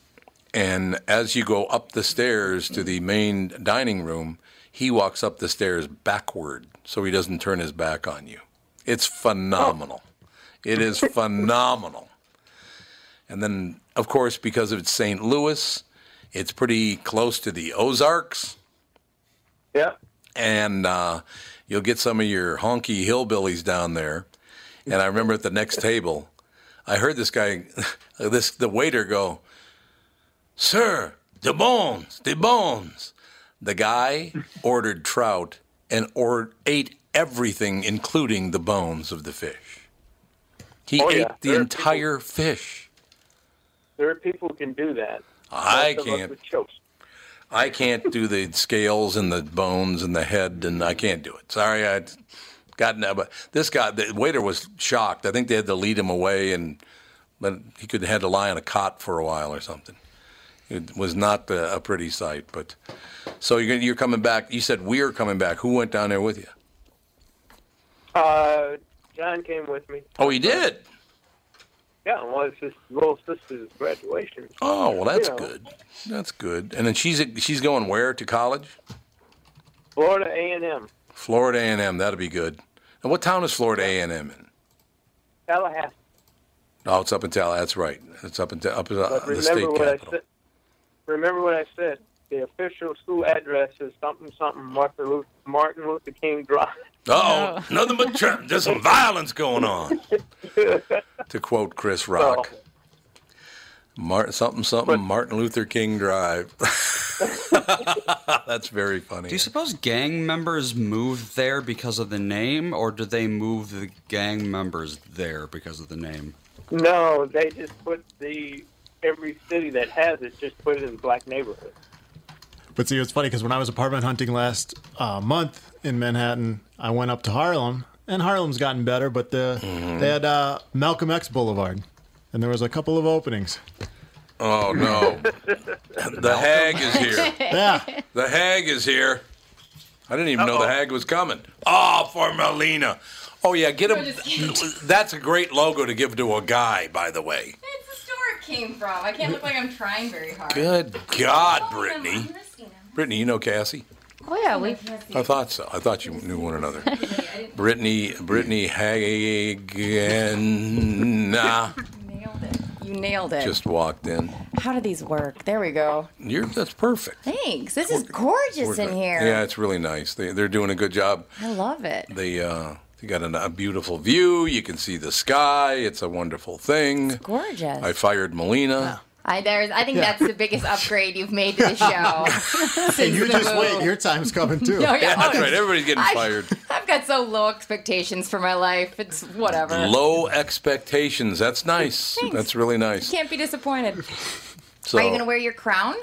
[SPEAKER 1] And as you go up the stairs to the main dining room, he walks up the stairs backward so he doesn't turn his back on you. It's phenomenal. It is phenomenal. And then, of course, because it's St. Louis, it's pretty close to the Ozarks
[SPEAKER 4] Yeah.
[SPEAKER 1] and uh, you'll get some of your honky hillbillies down there. And I remember at the next table, I heard this guy, this the waiter go, "Sir, the bones, the bones." The guy ordered trout and or ate everything, including the bones of the fish. He
[SPEAKER 4] Oh,
[SPEAKER 1] ate the
[SPEAKER 4] yeah. There are people-
[SPEAKER 1] entire fish.
[SPEAKER 4] There are people who can do that.
[SPEAKER 1] I
[SPEAKER 4] Most of us
[SPEAKER 1] can't.
[SPEAKER 4] would choke.
[SPEAKER 1] I can't do the scales and the bones and the head, and I can't do it. Sorry, I got no. But this guy, the waiter, was shocked. I think they had to lead him away, and but he could had to lie on a cot for a while or something. It was not a, a pretty sight. But so you're gonna- you're coming back. You said we're coming back. Who went down there with you?
[SPEAKER 4] Uh, John came with me.
[SPEAKER 1] Oh, he did.
[SPEAKER 4] Yeah, well, it's his little sister's graduation.
[SPEAKER 1] Oh, well, that's
[SPEAKER 4] You know.
[SPEAKER 1] good. That's good. And then she's she's going where to college?
[SPEAKER 4] Florida A and M,
[SPEAKER 1] Florida A and M. That'll be good. And what town is Florida A and M in?
[SPEAKER 4] Tallahassee.
[SPEAKER 1] Oh, it's up in Tallahassee. That's right. It's up in Ta- up in uh,
[SPEAKER 4] But
[SPEAKER 1] the
[SPEAKER 4] remember
[SPEAKER 1] state
[SPEAKER 4] what I
[SPEAKER 1] capital.
[SPEAKER 4] said. Remember what I said. The official school address is something something Martin Luther, Martin Luther King Drive.
[SPEAKER 1] Oh, nothing but tra- there's some violence going on. to quote Chris Rock,
[SPEAKER 4] So,
[SPEAKER 1] Mar- something something Martin Luther King Drive. That's very funny.
[SPEAKER 3] Do you suppose gang members move there because of the name, or do they move the gang members there because of the name?
[SPEAKER 4] no, they just put the every city that has it just put it in black neighborhoods.
[SPEAKER 6] But see, it's funny because when I was apartment hunting last uh, month in Manhattan, I went up to Harlem, and Harlem's gotten better, but the,
[SPEAKER 1] Mm-hmm.
[SPEAKER 6] they had uh, Malcolm X Boulevard, and there was a couple of openings.
[SPEAKER 1] oh no, the hag is here.
[SPEAKER 6] Yeah,
[SPEAKER 1] The hag is here. I didn't even know the hag was coming. Oh, for Melina. Oh yeah, get him. That's a great logo to give to a guy, by the way.
[SPEAKER 7] It's the store it came from. I can't look like I'm trying very hard.
[SPEAKER 1] Good God,
[SPEAKER 7] Oh, I'm-
[SPEAKER 1] Brittany.
[SPEAKER 7] I'm risking them.
[SPEAKER 1] Brittany, you know Cassie?
[SPEAKER 2] Oh yeah, we.
[SPEAKER 1] I thought so. I thought you knew one another.
[SPEAKER 7] I didn't
[SPEAKER 1] Brittany, Brittany Hagen.
[SPEAKER 7] nailed it. You nailed it.
[SPEAKER 1] Just walked in.
[SPEAKER 7] How do these work? There we go.
[SPEAKER 1] You're that's perfect.
[SPEAKER 7] Thanks. This is gorgeous
[SPEAKER 1] We're
[SPEAKER 7] in
[SPEAKER 1] good.
[SPEAKER 7] here.
[SPEAKER 1] Yeah, it's really nice. They, they're doing a good job.
[SPEAKER 7] I love it.
[SPEAKER 1] They uh, they got an, a beautiful view. You can see the sky. It's a wonderful thing.
[SPEAKER 7] Gorgeous.
[SPEAKER 1] I fired Melina.
[SPEAKER 7] I there's. I think
[SPEAKER 6] Yeah.
[SPEAKER 7] that's the biggest upgrade you've made to the show. since
[SPEAKER 6] You
[SPEAKER 7] the
[SPEAKER 6] just
[SPEAKER 7] move.
[SPEAKER 6] wait. Your time's coming too.
[SPEAKER 7] No, yeah,
[SPEAKER 1] Yeah, that's
[SPEAKER 7] oh,
[SPEAKER 1] right. Everybody's getting
[SPEAKER 7] I-
[SPEAKER 1] fired.
[SPEAKER 7] I've got so low expectations for my life. It's whatever.
[SPEAKER 1] Low expectations. That's nice.
[SPEAKER 7] Thanks.
[SPEAKER 1] That's really nice.
[SPEAKER 7] Can't be disappointed.
[SPEAKER 1] So
[SPEAKER 7] Are you gonna wear your crown?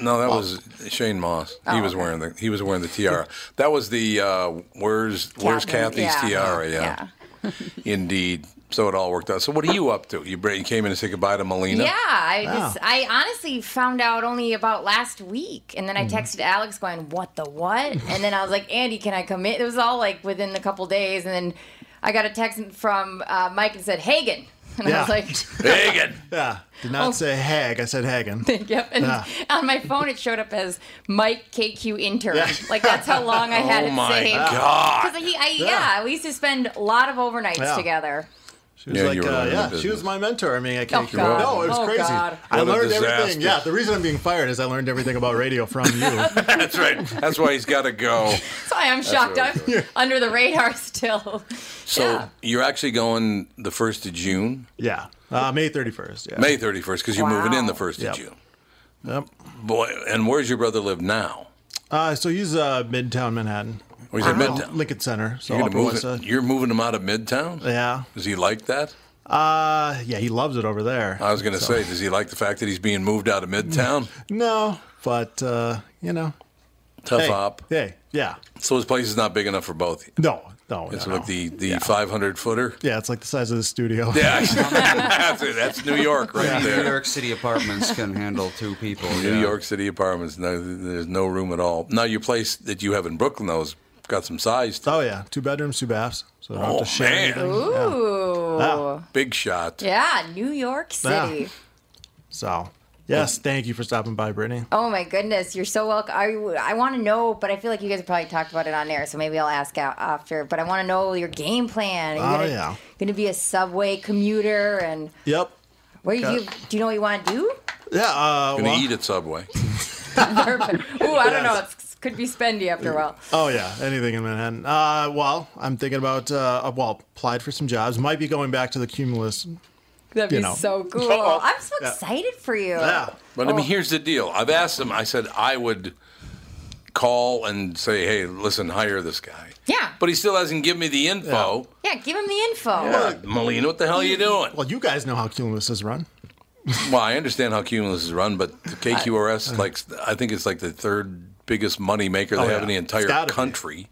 [SPEAKER 1] no, that was Shane Moss. he
[SPEAKER 7] Oh,
[SPEAKER 1] was
[SPEAKER 7] okay.
[SPEAKER 1] wearing the he was wearing the tiara. That was the uh, where's where's
[SPEAKER 7] Catherine,
[SPEAKER 1] Kathy's
[SPEAKER 7] yeah.
[SPEAKER 1] tiara? Yeah, indeed. So it all worked out. So what are you up to? You, bra- you came in to say goodbye to Melina.
[SPEAKER 7] Yeah, I
[SPEAKER 6] Wow.
[SPEAKER 7] just I honestly found out only about last week, and then
[SPEAKER 6] Mm-hmm.
[SPEAKER 7] I texted Alex going, "What the what?" And then I was like, "Andy, can I come in?" It was all like within a couple days, and then I got a text from uh, Mike and said Hagen, and I
[SPEAKER 6] Yeah.
[SPEAKER 7] was like.
[SPEAKER 1] Hagen.
[SPEAKER 6] Yeah. Did not
[SPEAKER 7] Oh.
[SPEAKER 6] say hag. I said Hagen.
[SPEAKER 7] Yep. And
[SPEAKER 6] Yeah.
[SPEAKER 7] on my phone, it showed up as Mike KQ intern.
[SPEAKER 6] Yeah.
[SPEAKER 7] Like that's how long I had
[SPEAKER 1] Oh
[SPEAKER 7] it
[SPEAKER 1] my
[SPEAKER 7] saved.
[SPEAKER 1] God.
[SPEAKER 7] Because he, I, yeah.
[SPEAKER 6] Yeah.
[SPEAKER 7] we used to spend a lot of overnights
[SPEAKER 6] Yeah.
[SPEAKER 7] together.
[SPEAKER 6] She was
[SPEAKER 1] Yeah,
[SPEAKER 6] like,
[SPEAKER 1] you were
[SPEAKER 6] uh,
[SPEAKER 1] running the
[SPEAKER 6] yeah, she
[SPEAKER 1] business.
[SPEAKER 6] was my mentor. I mean, I
[SPEAKER 7] Oh,
[SPEAKER 6] can't.
[SPEAKER 7] God.
[SPEAKER 6] no, it was
[SPEAKER 7] Oh,
[SPEAKER 6] crazy.
[SPEAKER 7] God.
[SPEAKER 6] I
[SPEAKER 1] What a
[SPEAKER 6] learned
[SPEAKER 1] disaster.
[SPEAKER 6] everything. Yeah, the reason I'm being fired is I learned everything about radio from you.
[SPEAKER 1] That's right. That's why he's got to go.
[SPEAKER 7] So I'm shocked.
[SPEAKER 1] what I
[SPEAKER 7] I'm under the radar still.
[SPEAKER 1] So
[SPEAKER 7] Yeah.
[SPEAKER 1] you're actually going the first of June,
[SPEAKER 6] yeah, uh, May 31st. Yeah.
[SPEAKER 1] May 31st, because you're moving in the first
[SPEAKER 6] Yep.
[SPEAKER 1] of June.
[SPEAKER 6] Yep.
[SPEAKER 1] Boy, and where's your brother live now?
[SPEAKER 6] Uh, so he's uh, Midtown Manhattan,
[SPEAKER 1] Oh, he's in
[SPEAKER 6] Oh,
[SPEAKER 1] Midtown.
[SPEAKER 6] Lincoln Center. So
[SPEAKER 1] You're, gonna
[SPEAKER 6] Upper
[SPEAKER 1] move
[SPEAKER 6] West
[SPEAKER 1] it-
[SPEAKER 6] Side.
[SPEAKER 1] you're moving him out of Midtown.
[SPEAKER 6] Yeah.
[SPEAKER 1] Does he like that?
[SPEAKER 6] Uh, yeah, he loves it over there.
[SPEAKER 1] I was going to say, does he like the fact that he's being moved out of Midtown?
[SPEAKER 6] no, but uh, you know,
[SPEAKER 1] Tough
[SPEAKER 6] hey,
[SPEAKER 1] op.
[SPEAKER 6] hey, yeah,
[SPEAKER 1] So his place is not big enough for both.
[SPEAKER 6] no, no,
[SPEAKER 1] It's
[SPEAKER 6] no,
[SPEAKER 1] like
[SPEAKER 6] no.
[SPEAKER 1] the the 500 footer.
[SPEAKER 6] yeah, it's like the size of the studio.
[SPEAKER 1] Yeah, that's, it. that's New York right
[SPEAKER 3] New
[SPEAKER 1] there.
[SPEAKER 3] York City apartments can handle two people.
[SPEAKER 1] New
[SPEAKER 3] yeah.
[SPEAKER 1] York City apartments. No, there's no room at all. Now your place that you have in Brooklyn though's got some size. To,
[SPEAKER 6] Oh yeah, two bedrooms, two baths. So I don't have
[SPEAKER 1] oh
[SPEAKER 6] to share.
[SPEAKER 1] man,
[SPEAKER 6] anything.
[SPEAKER 7] Ooh.
[SPEAKER 6] Yeah.
[SPEAKER 1] big shot.
[SPEAKER 7] Yeah, New York City.
[SPEAKER 6] Yeah. So yes, thank you for stopping by, Brittany.
[SPEAKER 7] Oh my goodness, you're so welcome. I, I want to know, but I feel like you guys have probably talked about it on air, so maybe I'll ask out after. But I want to know your game plan. Are you
[SPEAKER 6] Oh,
[SPEAKER 7] gonna,
[SPEAKER 6] yeah.
[SPEAKER 7] Gonna be a subway commuter, and
[SPEAKER 6] Yep.
[SPEAKER 7] where you do you know what you want to do?
[SPEAKER 6] Yeah. Uh,
[SPEAKER 1] Gonna
[SPEAKER 6] well-
[SPEAKER 1] eat at Subway.
[SPEAKER 7] Ooh, I don't know. It's could be spendy after a while.
[SPEAKER 6] Oh yeah, anything in Manhattan. Uh, well, I'm thinking about uh, well, applied for some jobs. Might be going back to the Cumulus.
[SPEAKER 7] That'd be
[SPEAKER 6] You know.
[SPEAKER 7] so cool.
[SPEAKER 1] Uh-oh.
[SPEAKER 7] I'm so
[SPEAKER 6] Yeah.
[SPEAKER 7] excited for you.
[SPEAKER 6] Yeah.
[SPEAKER 1] But I mean, here's the deal. I've asked him. I said I would call and say, "Hey, listen, hire this guy."
[SPEAKER 7] Yeah.
[SPEAKER 1] But he still hasn't given me the info.
[SPEAKER 7] Yeah, give him the info.
[SPEAKER 1] Uh, Melina, what the hell are you doing?
[SPEAKER 6] Well, you guys know how Cumulus is run.
[SPEAKER 1] Well, I understand how Cumulus is run, but the KQRS, like, I think it's like the third biggest money maker they
[SPEAKER 6] uh-huh. Oh,
[SPEAKER 1] have in the
[SPEAKER 6] yeah. It's
[SPEAKER 1] entire
[SPEAKER 6] gotta be.
[SPEAKER 1] country.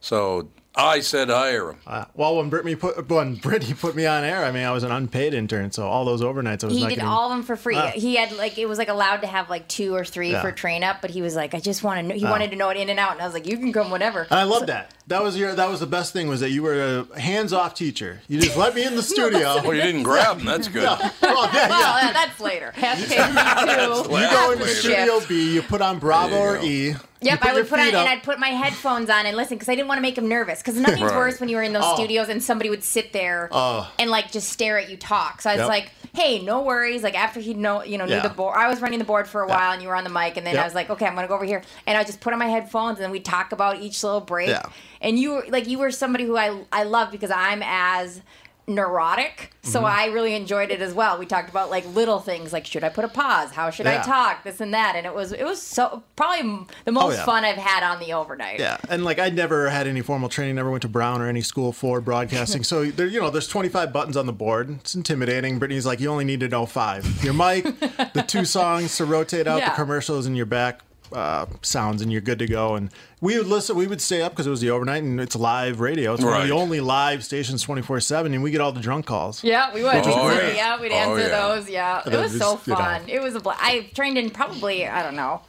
[SPEAKER 1] So I said hire him.
[SPEAKER 6] Uh, well, when Brittany put when Brittany put me on air, I mean, I was an unpaid intern, so all those overnights I was
[SPEAKER 7] He
[SPEAKER 6] not
[SPEAKER 7] did
[SPEAKER 6] getting.
[SPEAKER 7] all of them for free.
[SPEAKER 6] Ah.
[SPEAKER 7] He had like it was like allowed to have like two or three
[SPEAKER 6] Yeah. Ah.
[SPEAKER 7] for train up, but he was like, I just want to know. He wanted to know it in and out, and I was like, you can come whenever.
[SPEAKER 6] and I love that. That was your. That was the best thing was that you were a hands-off teacher. You just let me in the studio.
[SPEAKER 1] Well, you didn't grab him. That's good.
[SPEAKER 6] Oh, yeah, yeah.
[SPEAKER 7] Well, that- that's later. Hashtag me too.
[SPEAKER 6] You go into
[SPEAKER 7] Shift.
[SPEAKER 6] Studio B, you put on Bravo
[SPEAKER 1] There
[SPEAKER 6] or
[SPEAKER 1] you go.
[SPEAKER 6] E. you
[SPEAKER 7] Yep,
[SPEAKER 6] put
[SPEAKER 7] I
[SPEAKER 6] your
[SPEAKER 7] would put on
[SPEAKER 6] feet
[SPEAKER 7] and
[SPEAKER 6] up.
[SPEAKER 7] I'd put my headphones on and listen because I didn't want to make him nervous because nothing's
[SPEAKER 1] Right.
[SPEAKER 7] worse when you were in those
[SPEAKER 6] Oh.
[SPEAKER 7] studios and somebody would sit there and like just stare at you talk. So I was
[SPEAKER 6] Yep.
[SPEAKER 7] like, hey, no worries. Like after he would know you know knew
[SPEAKER 6] Yeah.
[SPEAKER 7] the board, I was running the board for a while and you were on the mic and then I
[SPEAKER 6] Yep.
[SPEAKER 7] was like, okay, I'm gonna go over here and I just put on my headphones and then we talk about each little break.
[SPEAKER 6] Yeah.
[SPEAKER 7] And you were like you were somebody who I I love because I'm as neurotic so
[SPEAKER 6] Mm-hmm.
[SPEAKER 7] i really enjoyed it as well we talked about like little things like should i put a pause how should i
[SPEAKER 6] Yeah. Oh,
[SPEAKER 7] talk this and that and it was it was so probably the most
[SPEAKER 6] yeah.
[SPEAKER 7] fun I've had on the overnight.
[SPEAKER 6] Yeah, and like I never had any formal training, never went to Brown or any school for broadcasting. So there, you know, there's 25 buttons on the board. It's intimidating. Brittany's like, you only need to know five: your mic, the two songs to rotate out,
[SPEAKER 7] Yeah.
[SPEAKER 6] the commercials, and your back uh, sounds, and you're good to go. And we would listen. We would stay up because it was the overnight, and it's live radio. It's one of the
[SPEAKER 1] Right.
[SPEAKER 6] only live stations 24 seven, and we get all the drunk calls.
[SPEAKER 7] Yeah, we would.
[SPEAKER 1] Oh,
[SPEAKER 7] we'd,
[SPEAKER 1] yeah.
[SPEAKER 7] yeah. we'd
[SPEAKER 1] Oh,
[SPEAKER 7] answer
[SPEAKER 1] yeah.
[SPEAKER 7] those. Yeah, it
[SPEAKER 6] then
[SPEAKER 7] was
[SPEAKER 6] just,
[SPEAKER 7] so
[SPEAKER 6] you know.
[SPEAKER 7] fun. It was a bl- I trained in probably I don't know,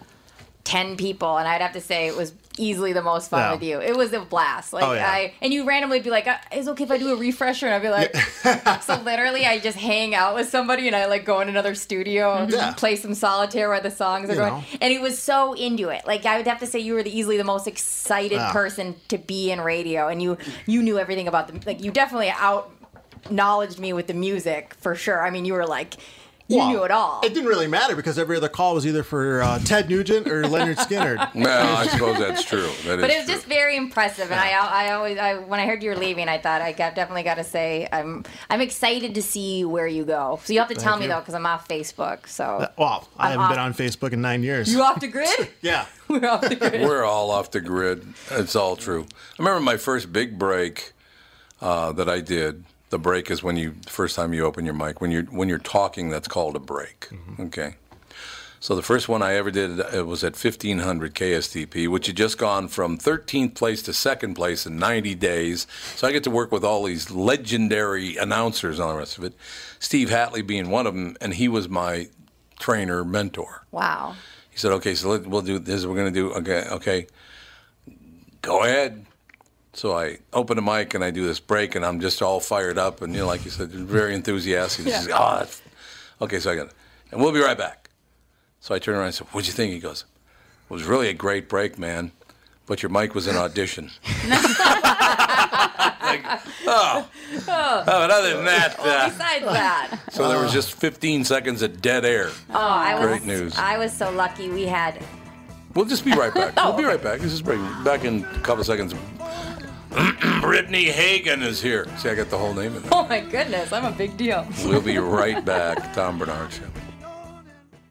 [SPEAKER 7] ten people, and I'd have to say it was easily the most fun
[SPEAKER 6] Yeah.
[SPEAKER 7] with you. It was a blast. Like
[SPEAKER 6] Oh, yeah.
[SPEAKER 7] I and you randomly be like, uh, "Is it okay if I do a refresher?" And I'd be like, "So literally, I just hang out with somebody and I like go in another studio and
[SPEAKER 6] Mm-hmm. Yeah.
[SPEAKER 7] play some solitaire while the songs are
[SPEAKER 6] You
[SPEAKER 7] going."
[SPEAKER 6] know.
[SPEAKER 7] And he was so into it. Like I would have to say, you were the, easily the most excited
[SPEAKER 6] Yeah.
[SPEAKER 7] person to be in radio, and you you knew everything about the like. You definitely out acknowledged me with the music for sure. I mean, you were like, you
[SPEAKER 6] Well,
[SPEAKER 7] knew it all.
[SPEAKER 6] It didn't really matter because every other call was either for uh, Ted Nugent or Leonard Skinner.
[SPEAKER 1] Well, I suppose that's true. That is
[SPEAKER 7] but it was
[SPEAKER 1] true.
[SPEAKER 7] just very impressive, and I, I always, I, when I heard you were leaving, I thought I got, definitely got to say I'm, I'm excited to see where you go. So you have to tell me
[SPEAKER 6] you.
[SPEAKER 7] though, because I'm off Facebook. So
[SPEAKER 6] Well, I
[SPEAKER 7] I'm
[SPEAKER 6] haven't been
[SPEAKER 7] off-
[SPEAKER 6] on Facebook in nine years.
[SPEAKER 7] Uh, you off the grid?
[SPEAKER 6] yeah.
[SPEAKER 7] We're off the grid.
[SPEAKER 1] We're all off the grid. It's all true. I remember my first big break uh, that I did. The break is when you first time you open your mic. When you're when you're talking, that's called a break. Okay. So the first one I ever did it was at 1500 KSTP, which had just gone from 13th place to second place in 90 days. So I get to work with all these legendary announcers and all the rest of it. Steve Hatley being one of them, and he was my trainer mentor.
[SPEAKER 7] Wow.
[SPEAKER 1] He said, "Okay, so let, we'll do this. We're going to do okay. Okay, go ahead." So I open the mic and I do this break, and I'm just all fired up, and you know, like you said, very enthusiastic. He says, "Oh, that's- okay." So I got, and we'll be right back. So I turn around and said, "What'd you think?" He goes, "It was really a great break, man." But your mic was an audition. like, oh. oh, but other than that, uh,
[SPEAKER 7] Besides that,
[SPEAKER 1] so there was just 15 seconds of dead air.
[SPEAKER 7] oh, I was,
[SPEAKER 1] Great news.
[SPEAKER 7] I was so lucky. We had
[SPEAKER 1] We'll just be right back. We'll be right back. This is break. Back in a couple seconds. Brittany Hagen is here. See, I got the whole name in there.
[SPEAKER 7] Oh my goodness, I'm a big deal.
[SPEAKER 1] We'll be right back. Tom Bernard Show.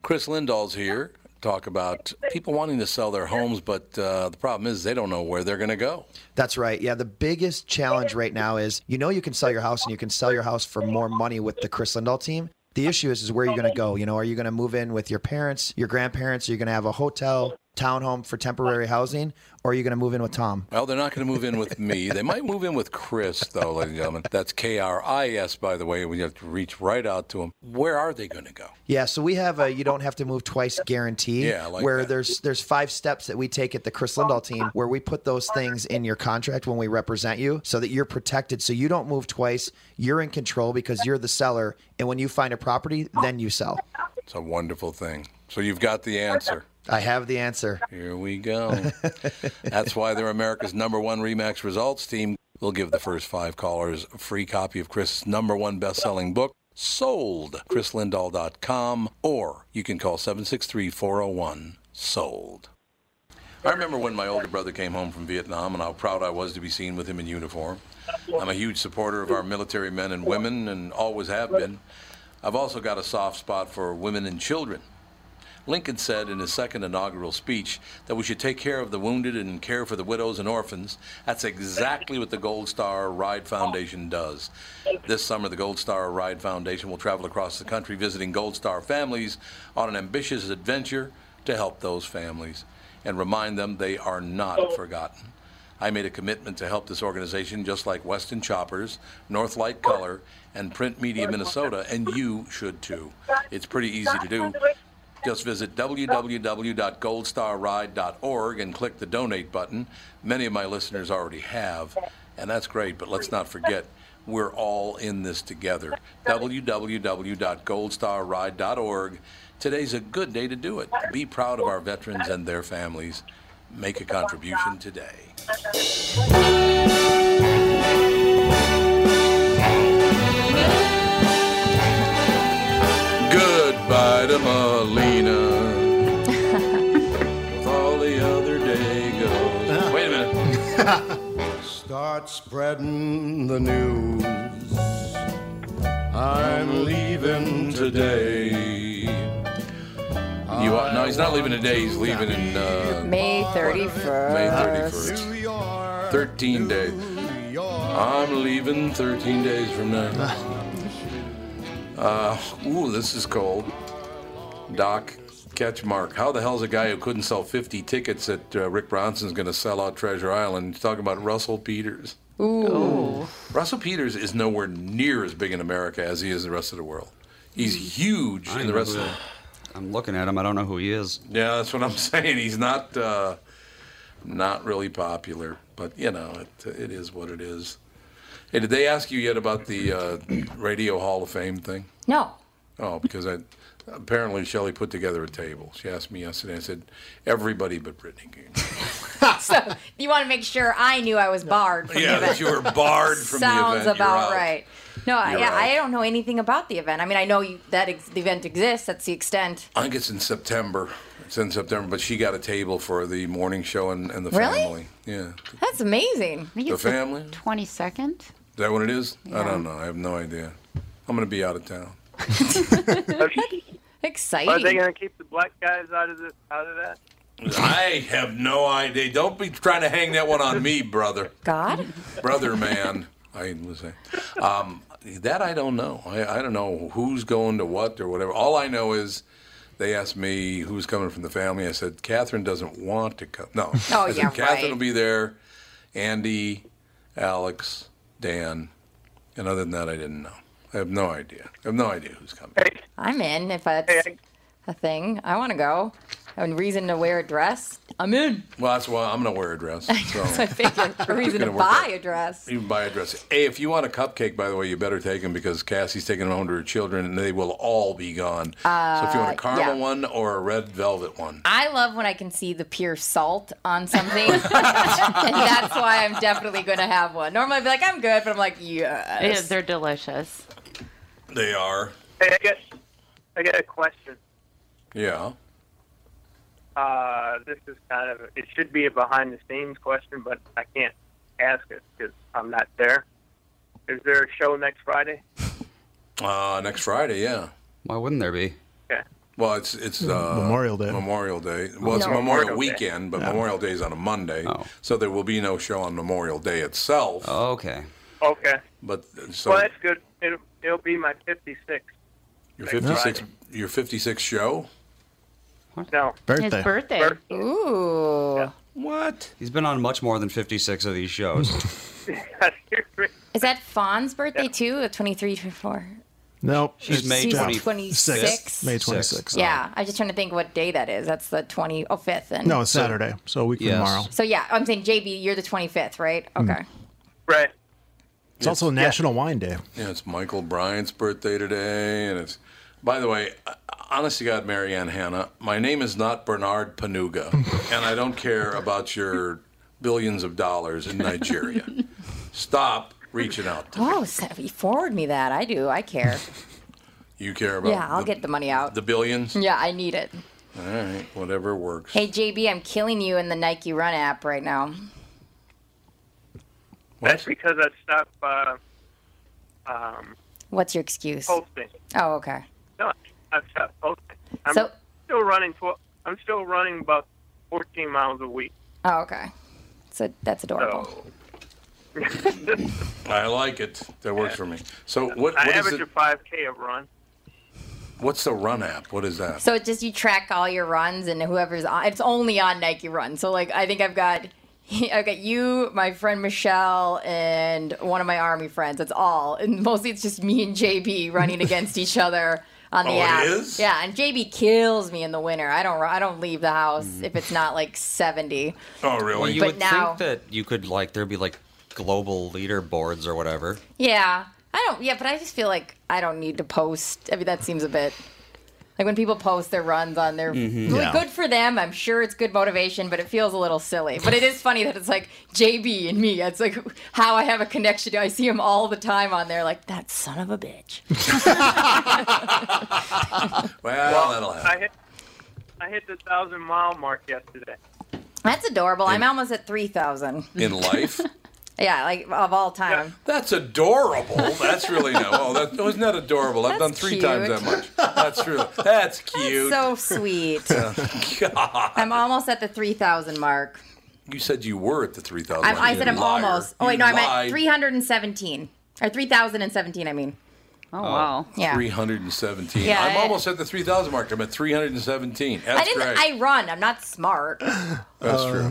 [SPEAKER 1] Chris Lindahl's here. Talk about people wanting to sell their homes, but uh, the problem is they don't know where they're going to go.
[SPEAKER 8] That's right. Yeah, the biggest challenge right now is you know you can sell your house and you can sell your house for more money with the Chris Lindahl team. The issue is is where you're going to go. You know, are you going to move in with your parents, your grandparents? Are you going to have a hotel, townhome for temporary housing, or are you going to move in with Tom?
[SPEAKER 1] Well, they're not going to move in with me. They might move in with Chris, though, ladies and gentlemen. That's K R I S, by the way. We have to reach right out to them. Where are they going to go?
[SPEAKER 8] Yeah, so we have a you don't have to move twice guarantee.
[SPEAKER 1] Yeah, I like
[SPEAKER 8] where
[SPEAKER 1] that.
[SPEAKER 8] there's there's five steps that we take at the Chris Lindahl team where we put those things in your contract when we represent you so that you're protected so you don't move twice. You're in control because you're the seller and when you find a property, then you sell.
[SPEAKER 1] It's a wonderful thing. So you've got the answer.
[SPEAKER 8] I have the answer.
[SPEAKER 1] Here we go. That's why they're America's number one Remax results team. We'll give the first five callers a free copy of Chris's number one best selling book, Sold, chrislindahl.com, or you can call 763 401 Sold. I remember when my older brother came home from Vietnam and how proud I was to be seen with him in uniform. I'm a huge supporter of our military men and women and always have been. I've also got a soft spot for women and children. Lincoln said in his second inaugural speech that we should take care of the wounded and care for the widows and orphans. That's exactly what the Gold Star Ride Foundation does. This summer, the Gold Star Ride Foundation will travel across the country visiting Gold Star families on an ambitious adventure to help those families and remind them they are not forgotten. I made a commitment to help this organization just like Weston Choppers, Northlight Color, and Print Media Minnesota, and you should too. It's pretty easy to do. Just visit www.goldstarride.org and click the donate button. Many of my listeners already have, and that's great, but let's not forget we're all in this together. www.goldstarride.org. Today's a good day to do it. Be proud of our veterans and their families. Make a contribution today. Goodbye to Molina. With all the other day goes. Wait a minute.
[SPEAKER 9] Start spreading the news. I'm leaving today.
[SPEAKER 1] You are, no, he's not leaving today. He's leaving in uh,
[SPEAKER 7] May 31st.
[SPEAKER 1] May 31st.
[SPEAKER 9] New York.
[SPEAKER 1] 13 days.
[SPEAKER 9] New York.
[SPEAKER 1] I'm leaving 13 days from now. Uh, ooh, this is cold. Doc, catch Mark. How the hell's a guy who couldn't sell 50 tickets at uh, Rick Bronson's going to sell out Treasure Island? He's talking about Russell Peters. Ooh. Russell Peters is nowhere near as big in America as he is in the rest of the world. He's huge in the rest of the
[SPEAKER 3] I'm looking at him. I don't know who he is.
[SPEAKER 1] yeah, that's what I'm saying. He's not uh, not really popular, but you know, it, it is what it is. Hey, did they ask you yet about the uh, Radio Hall of Fame thing?
[SPEAKER 7] No.
[SPEAKER 1] Oh, because I apparently Shelley put together a table. She asked me yesterday. I said everybody but Brittany Green.
[SPEAKER 7] so you want to make sure I knew I was barred from the
[SPEAKER 5] Yeah,
[SPEAKER 7] event.
[SPEAKER 5] that you were barred from the
[SPEAKER 7] Sounds
[SPEAKER 5] event. You're
[SPEAKER 7] about
[SPEAKER 5] out.
[SPEAKER 7] right. No, I,
[SPEAKER 5] You're
[SPEAKER 7] yeah,
[SPEAKER 5] out.
[SPEAKER 7] I don't know anything about the event. I mean, I know you, that ex- the event exists. That's the extent.
[SPEAKER 1] I think it's in September. It's in September, but she got a table for the morning show and, and the
[SPEAKER 7] Really?
[SPEAKER 1] family. Yeah.
[SPEAKER 7] That's amazing.
[SPEAKER 2] think
[SPEAKER 1] The
[SPEAKER 2] it's the
[SPEAKER 1] family?
[SPEAKER 2] 22nd.
[SPEAKER 1] Is that what it is? I
[SPEAKER 2] Yeah.
[SPEAKER 1] don't know. I have no idea. I'm going to be out of town.
[SPEAKER 4] Are they
[SPEAKER 7] Exciting.
[SPEAKER 4] going to keep the black guys out of this, out of that?
[SPEAKER 1] I have no idea. Don't be trying to hang that one on me, brother.
[SPEAKER 7] God?
[SPEAKER 1] Brother man, I was saying. Um, that I don't know. I, I don't know who's going to what or whatever. All I know is they asked me who's coming from the family. I said, Catherine doesn't want to come. No.
[SPEAKER 7] Oh,
[SPEAKER 1] I said,
[SPEAKER 7] yeah,
[SPEAKER 1] Catherine
[SPEAKER 7] right.
[SPEAKER 1] will be there, Andy, Alex, Dan. And other than that, I didn't know. I have no idea. I have no idea who's coming.
[SPEAKER 7] I'm in if that's a thing. I want to go. A reason to wear a dress. I'm in.
[SPEAKER 1] Well, that's why I'm going to wear a dress.
[SPEAKER 7] So I
[SPEAKER 1] So
[SPEAKER 7] figured a reason to
[SPEAKER 1] Gonna work
[SPEAKER 7] buy
[SPEAKER 1] out.
[SPEAKER 7] a dress.
[SPEAKER 1] you can buy a dress. Hey, if you want a cupcake, by the way, you better take them because Cassie's taking them home to her children and they will all be gone. so if you want a caramel
[SPEAKER 7] Uh, yeah.
[SPEAKER 1] one or a red velvet one.
[SPEAKER 7] I love when I can see the pure salt on something, and that's why I'm definitely going to have one. Normally, I'd be like, "I'm good," but I'm like,
[SPEAKER 2] Yeah,
[SPEAKER 7] "Yes."
[SPEAKER 2] they're delicious.
[SPEAKER 1] They are.
[SPEAKER 4] Hey, I got, I got a question.
[SPEAKER 1] Yeah.
[SPEAKER 4] Uh, this is kind of it should be a behind the scenes question, but I can't ask it because I'm not there. Is there a show next Friday?
[SPEAKER 1] Uh, next Friday, yeah.
[SPEAKER 3] Why wouldn't there be?
[SPEAKER 4] Yeah.
[SPEAKER 1] Well, it's it's uh,
[SPEAKER 6] Memorial Day.
[SPEAKER 1] Memorial Day. Well, it's
[SPEAKER 7] No.
[SPEAKER 1] Memorial,
[SPEAKER 4] Memorial Day.
[SPEAKER 1] Weekend, but Memorial Day is on a Monday,
[SPEAKER 3] Oh.
[SPEAKER 1] so there will be no show on Memorial Day itself.
[SPEAKER 3] Okay.
[SPEAKER 4] Okay.
[SPEAKER 1] But uh, so
[SPEAKER 4] Well, that's good. It'll, it'll be my 56.
[SPEAKER 1] your
[SPEAKER 4] next
[SPEAKER 1] 56
[SPEAKER 4] Friday.
[SPEAKER 1] your 56 show.
[SPEAKER 4] No.
[SPEAKER 2] His
[SPEAKER 6] Birthday.
[SPEAKER 2] birthday.
[SPEAKER 4] Birth-
[SPEAKER 7] Ooh,
[SPEAKER 1] What?
[SPEAKER 3] He's been on much more than 56 of these shows.
[SPEAKER 7] is that Fawn's birthday too? The 23, 24.
[SPEAKER 6] Nope.
[SPEAKER 3] She's
[SPEAKER 6] it's
[SPEAKER 3] May
[SPEAKER 7] She's
[SPEAKER 6] Jeff.
[SPEAKER 3] 20
[SPEAKER 7] 26.
[SPEAKER 6] May
[SPEAKER 3] Six.
[SPEAKER 6] 26th.
[SPEAKER 7] Yeah, I was just trying to think what day that is. That's the 20, oh, 5th. And
[SPEAKER 6] No, it's Saturday, so a week
[SPEAKER 3] Yes.
[SPEAKER 6] from tomorrow.
[SPEAKER 7] so yeah, I'm saying JB, you're the 25th, right? Okay.
[SPEAKER 4] right.
[SPEAKER 6] Hmm. It's also National Wine Day.
[SPEAKER 1] Yeah, it's Michael Bryant's birthday today, and it's. By the way, uh, honest to God, Marianne Hanna, my name is not Bernard Panuga, and I don't care about your billions of dollars in Nigeria. Stop reaching out. To me.
[SPEAKER 7] Oh, so you forward me that. I do. I care.
[SPEAKER 1] You care about?
[SPEAKER 7] Yeah, I'll get Mm. the money out.
[SPEAKER 1] The billions.
[SPEAKER 7] yeah, I need it.
[SPEAKER 1] All right, whatever works.
[SPEAKER 7] Hey JB, I'm killing you in the Nike Run app right now.
[SPEAKER 4] That's because I stopped uh, um,
[SPEAKER 7] What's your excuse?
[SPEAKER 4] posting.
[SPEAKER 7] Oh, okay.
[SPEAKER 4] No, I stopped posting. I'm
[SPEAKER 7] So-
[SPEAKER 4] still running. Tw- I'm still running about 14 miles a week.
[SPEAKER 7] Oh, okay. So that's adorable.
[SPEAKER 4] So
[SPEAKER 1] I like it. That works for me. So what?
[SPEAKER 4] I
[SPEAKER 1] What is
[SPEAKER 4] average
[SPEAKER 1] it?
[SPEAKER 4] a 5K a run.
[SPEAKER 1] What's the run app? What is that?
[SPEAKER 7] So it's just you track all your runs and whoever's on. It's only on Nike Run. So like I think I've got, I've got you, my friend Michelle, and one of my army friends. That's all. And mostly it's just me and JB running against each other on the
[SPEAKER 1] Oh, it
[SPEAKER 7] app.
[SPEAKER 1] is?
[SPEAKER 7] Yeah, and JB kills me in the winter. I don't. ru- I don't leave the house if it's not like seventy.
[SPEAKER 1] Mm. oh,
[SPEAKER 3] Well,
[SPEAKER 1] really?
[SPEAKER 3] you
[SPEAKER 7] But
[SPEAKER 3] would
[SPEAKER 7] now-
[SPEAKER 3] think that you could, like, there'd be, like, global leaderboards or whatever.
[SPEAKER 7] Yeah, I don't. Yeah, but I just feel like I don't need to post. I mean, that seems a bit like when people post their runs on their. Really
[SPEAKER 6] Yeah.
[SPEAKER 7] Good for them. I'm sure it's good motivation, but it feels a little silly. But it is funny that it's like JB and me. It's like how I have a connection. to I see him all the time on there. Like that son of a bitch.
[SPEAKER 1] Well, that'll
[SPEAKER 4] I
[SPEAKER 1] happen.
[SPEAKER 4] hit, I hit the thousand mile mark yesterday.
[SPEAKER 7] That's adorable. I'm almost at three thousand.
[SPEAKER 1] In life,
[SPEAKER 7] Yeah, like of all time.
[SPEAKER 1] that's adorable. That's really no. Oh, that wasn't that adorable. I've done
[SPEAKER 7] That's
[SPEAKER 1] three times
[SPEAKER 7] cute.
[SPEAKER 1] that much. That's really that's
[SPEAKER 7] That's
[SPEAKER 1] cute.
[SPEAKER 7] so sweet. I'm almost at the three thousand mark.
[SPEAKER 1] you said you were at the three thousand.
[SPEAKER 7] I'm, I said I'm almost. Oh wait, no, I'm at 317 or 3017. I mean,
[SPEAKER 2] Oh, wow.
[SPEAKER 7] yeah.
[SPEAKER 1] Uh, Three hundred and seventeen.
[SPEAKER 7] Yeah,
[SPEAKER 1] I'm
[SPEAKER 7] I-
[SPEAKER 1] almost at the three thousand mark. I'm at three hundred and seventeen. That's
[SPEAKER 7] I didn't.
[SPEAKER 1] great.
[SPEAKER 7] I run. I'm not smart.
[SPEAKER 1] That's true.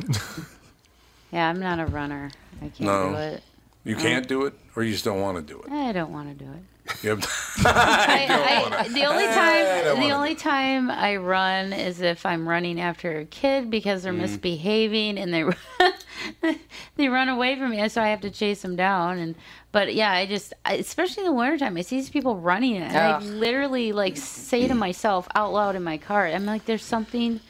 [SPEAKER 2] Yeah, I'm not a runner. I can't
[SPEAKER 1] No.
[SPEAKER 2] do it.
[SPEAKER 1] You
[SPEAKER 7] Mm.
[SPEAKER 1] can't do it, or you just don't want to do it.
[SPEAKER 2] I don't want to do it.
[SPEAKER 1] You have-
[SPEAKER 2] I, I, the only
[SPEAKER 1] don't
[SPEAKER 2] time the
[SPEAKER 1] wanna
[SPEAKER 2] only time I run is if I'm running after a kid because
[SPEAKER 1] Mm.
[SPEAKER 2] they're misbehaving and they they run away from me, so I have to chase them down. And but yeah, I just I, especially in the wintertime, I see these people running, and
[SPEAKER 7] Ugh.
[SPEAKER 2] I literally like say to myself out loud in my car, I'm like, there's something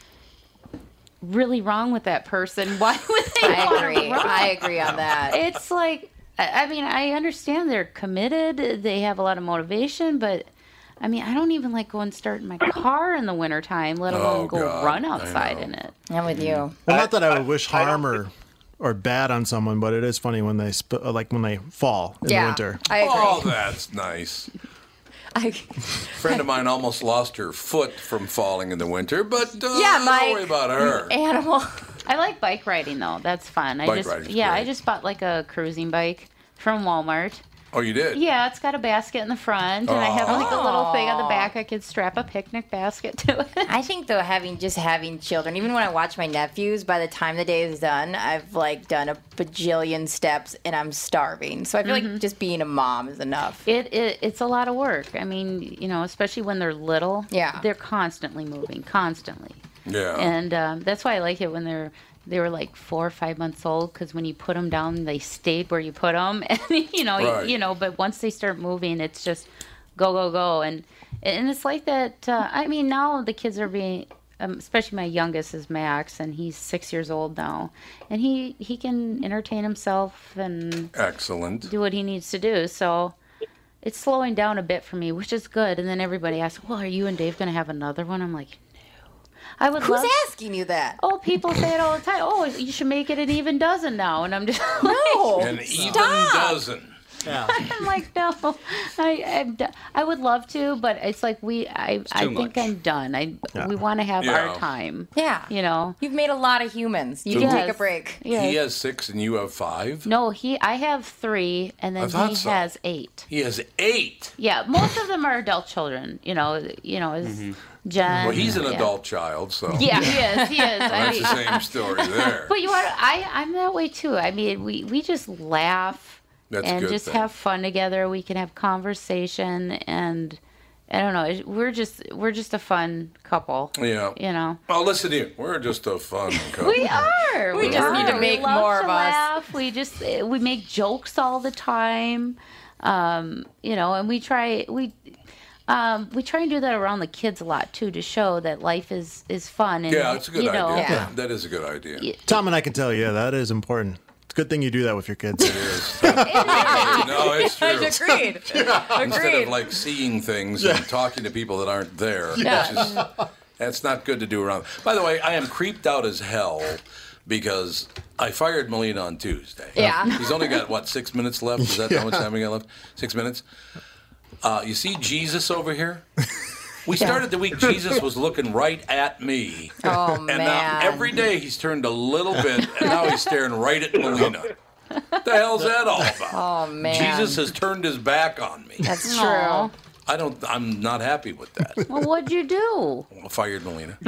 [SPEAKER 2] really wrong with that person? Why would they
[SPEAKER 7] I
[SPEAKER 2] want
[SPEAKER 7] agree.
[SPEAKER 2] to run?
[SPEAKER 7] I agree on that.
[SPEAKER 2] It's like, I I mean, I understand they're committed. They have a lot of motivation, but I mean, I don't even like go and start in my car in the wintertime, let
[SPEAKER 1] Oh,
[SPEAKER 2] alone go
[SPEAKER 1] God.
[SPEAKER 2] run
[SPEAKER 1] I
[SPEAKER 2] outside
[SPEAKER 1] know. Mm.
[SPEAKER 2] in it.
[SPEAKER 7] I'm with you.
[SPEAKER 6] Well, not that I, would wish harm or, or bad on someone, but it is funny when they sp- uh, like when they fall in
[SPEAKER 7] yeah,
[SPEAKER 6] the winter.
[SPEAKER 7] I agree.
[SPEAKER 1] Oh, that's nice.
[SPEAKER 7] I,
[SPEAKER 1] friend of mine almost lost her foot from falling in the winter, but uh,
[SPEAKER 7] Yeah,
[SPEAKER 1] don't
[SPEAKER 7] Mike.
[SPEAKER 1] worry about her.
[SPEAKER 7] animal.
[SPEAKER 2] I like bike riding though. That's fun. I
[SPEAKER 1] Bike
[SPEAKER 2] just
[SPEAKER 1] riding's
[SPEAKER 2] yeah, I
[SPEAKER 1] great.
[SPEAKER 2] just bought like a cruising bike from Walmart.
[SPEAKER 1] Oh, you did?
[SPEAKER 2] Yeah, it's got a basket in the front, and I have like a little thing on the
[SPEAKER 7] Aw.
[SPEAKER 2] back. I could strap a picnic basket to it.
[SPEAKER 7] I think though having just having children, even when I watch my nephews, by the time the day is done, I've like done a bajillion steps and I'm starving. So I feel like just being a mom is enough.
[SPEAKER 2] Mm-hmm. It, it it's a lot of work. I mean, you know, especially when they're little.
[SPEAKER 7] Yeah.
[SPEAKER 2] they're constantly moving, constantly,
[SPEAKER 1] Yeah.
[SPEAKER 2] and um, that's why I like it when they're they were like four or five months old because when you put them down, they stayed where you put them, and you know, you-
[SPEAKER 1] Right.
[SPEAKER 2] you know. But once they start moving, it's just go go go, and and it's like that. Uh, I mean, now the kids are being. Um, especially my youngest is Max, and he's six years old now, and he he can entertain himself and
[SPEAKER 1] Excellent.
[SPEAKER 2] do what he needs to do. So it's slowing down a bit for me, which is good. And then everybody asks, "Well, are you and Dave going to have another one?" I'm like, "No." I would
[SPEAKER 7] Who's
[SPEAKER 2] love.
[SPEAKER 7] asking you that?
[SPEAKER 2] Oh, people say it all the time. Oh, you should make it an even dozen now. And I'm just like,
[SPEAKER 7] No.
[SPEAKER 2] Oh,
[SPEAKER 1] An even dozen.
[SPEAKER 2] I'm like, no, I, I'm do- I would love to, but it's like we, I, I
[SPEAKER 3] too
[SPEAKER 2] think
[SPEAKER 3] much.
[SPEAKER 2] I'm done. I, we want to have
[SPEAKER 1] Yeah.
[SPEAKER 2] our time.
[SPEAKER 7] Yeah.
[SPEAKER 2] You know.
[SPEAKER 7] You've made a lot of humans. You
[SPEAKER 2] Yes.
[SPEAKER 7] can take a break.
[SPEAKER 2] Yes.
[SPEAKER 1] He has six and you have five?
[SPEAKER 2] no, he. I have three, and
[SPEAKER 1] I
[SPEAKER 2] then
[SPEAKER 1] thought
[SPEAKER 2] he
[SPEAKER 1] so.
[SPEAKER 2] has eight.
[SPEAKER 1] He has eight.
[SPEAKER 2] Yeah, most of them are adult children. You know, you know, is
[SPEAKER 1] Mm-hmm.
[SPEAKER 2] Jen.
[SPEAKER 1] Well, he's an
[SPEAKER 2] yeah.
[SPEAKER 1] adult child, so
[SPEAKER 2] Yeah, he is. He is. I
[SPEAKER 1] that's
[SPEAKER 2] mean,
[SPEAKER 1] the same story there.
[SPEAKER 2] but you want I I'm that way too. I mean, we we just laugh
[SPEAKER 1] That's a
[SPEAKER 2] and
[SPEAKER 1] good
[SPEAKER 2] just
[SPEAKER 1] thing.
[SPEAKER 2] have fun together. We can have conversation and I don't know. it- We're just we're just a fun couple.
[SPEAKER 1] Yeah.
[SPEAKER 2] You know.
[SPEAKER 1] Oh, listen to you. We're just a fun couple.
[SPEAKER 2] We are. We,
[SPEAKER 7] just
[SPEAKER 2] are.
[SPEAKER 7] need to
[SPEAKER 2] We
[SPEAKER 7] make
[SPEAKER 2] love
[SPEAKER 7] more
[SPEAKER 2] to
[SPEAKER 7] of us.
[SPEAKER 2] laugh. We just eh, we make jokes all the time. Um, you know, and we try we um, we try and do that around the kids a lot too to show that life is is fun and
[SPEAKER 1] Yeah, it's a good
[SPEAKER 2] you
[SPEAKER 1] idea.
[SPEAKER 2] know
[SPEAKER 7] Yeah.
[SPEAKER 1] That is a good idea.
[SPEAKER 6] Tom and I can tell you, yeah, that is important. It's a good thing you do that with your kids.
[SPEAKER 1] No, it's true.
[SPEAKER 7] Agreed.
[SPEAKER 1] Instead
[SPEAKER 7] Agreed.
[SPEAKER 1] of like seeing things and talking to people that aren't there, it's just, that's not good to do around. By the way, I am creeped out as hell because I fired Malina on Tuesday.
[SPEAKER 7] Yeah.
[SPEAKER 1] He's only got what six minutes left. Is that how much time we got left? Six minutes. Uh, you see Jesus over here. We started the week. Jesus was looking right at me,
[SPEAKER 7] oh
[SPEAKER 1] and now
[SPEAKER 7] man.
[SPEAKER 1] every day he's turned a little bit, and now he's staring right at Melina. What the hell's that all about?
[SPEAKER 7] oh man.
[SPEAKER 1] Jesus has turned his back on me.
[SPEAKER 7] That's true.
[SPEAKER 2] Aw.
[SPEAKER 1] I don't. I'm not happy with that.
[SPEAKER 2] Well, what'd you do?
[SPEAKER 1] Fired Melina.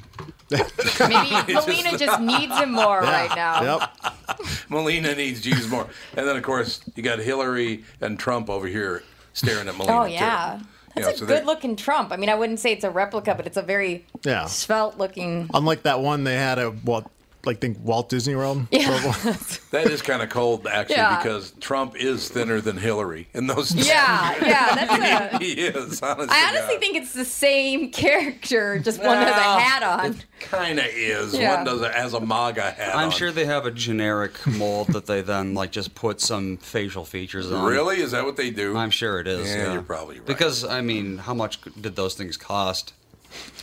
[SPEAKER 7] Maybe Melina just needs him more right now.
[SPEAKER 6] Yep.
[SPEAKER 1] Melina needs Jesus more. And then of course you got Hillary and Trump over here staring at Melina.
[SPEAKER 7] Oh yeah.
[SPEAKER 1] Too.
[SPEAKER 7] That's
[SPEAKER 1] Yeah,
[SPEAKER 7] a
[SPEAKER 1] so they-
[SPEAKER 7] good looking Trump. I mean, I wouldn't say it's a replica, but it's a very
[SPEAKER 6] Yeah.
[SPEAKER 7] svelte looking.
[SPEAKER 6] Unlike that one they had at Walt, like think Walt Disney World. Yeah.
[SPEAKER 1] That is kind of cold actually
[SPEAKER 7] Yeah.
[SPEAKER 1] because Trump is thinner than Hillary in those.
[SPEAKER 7] Yeah, yeah. That's a,
[SPEAKER 1] He is. Honestly,
[SPEAKER 7] I honestly think it's the same character, just one has a hat on.
[SPEAKER 1] Kind of is.
[SPEAKER 7] Yeah.
[SPEAKER 1] One does a, has a MAGA hat.
[SPEAKER 3] I'm
[SPEAKER 1] on.
[SPEAKER 3] sure they have a generic mold that they then like just put some facial features on.
[SPEAKER 1] Really, is that what they do?
[SPEAKER 3] I'm sure it is.
[SPEAKER 1] Yeah,
[SPEAKER 3] Yeah,
[SPEAKER 1] you're probably right.
[SPEAKER 3] Because I mean, how much did those things cost?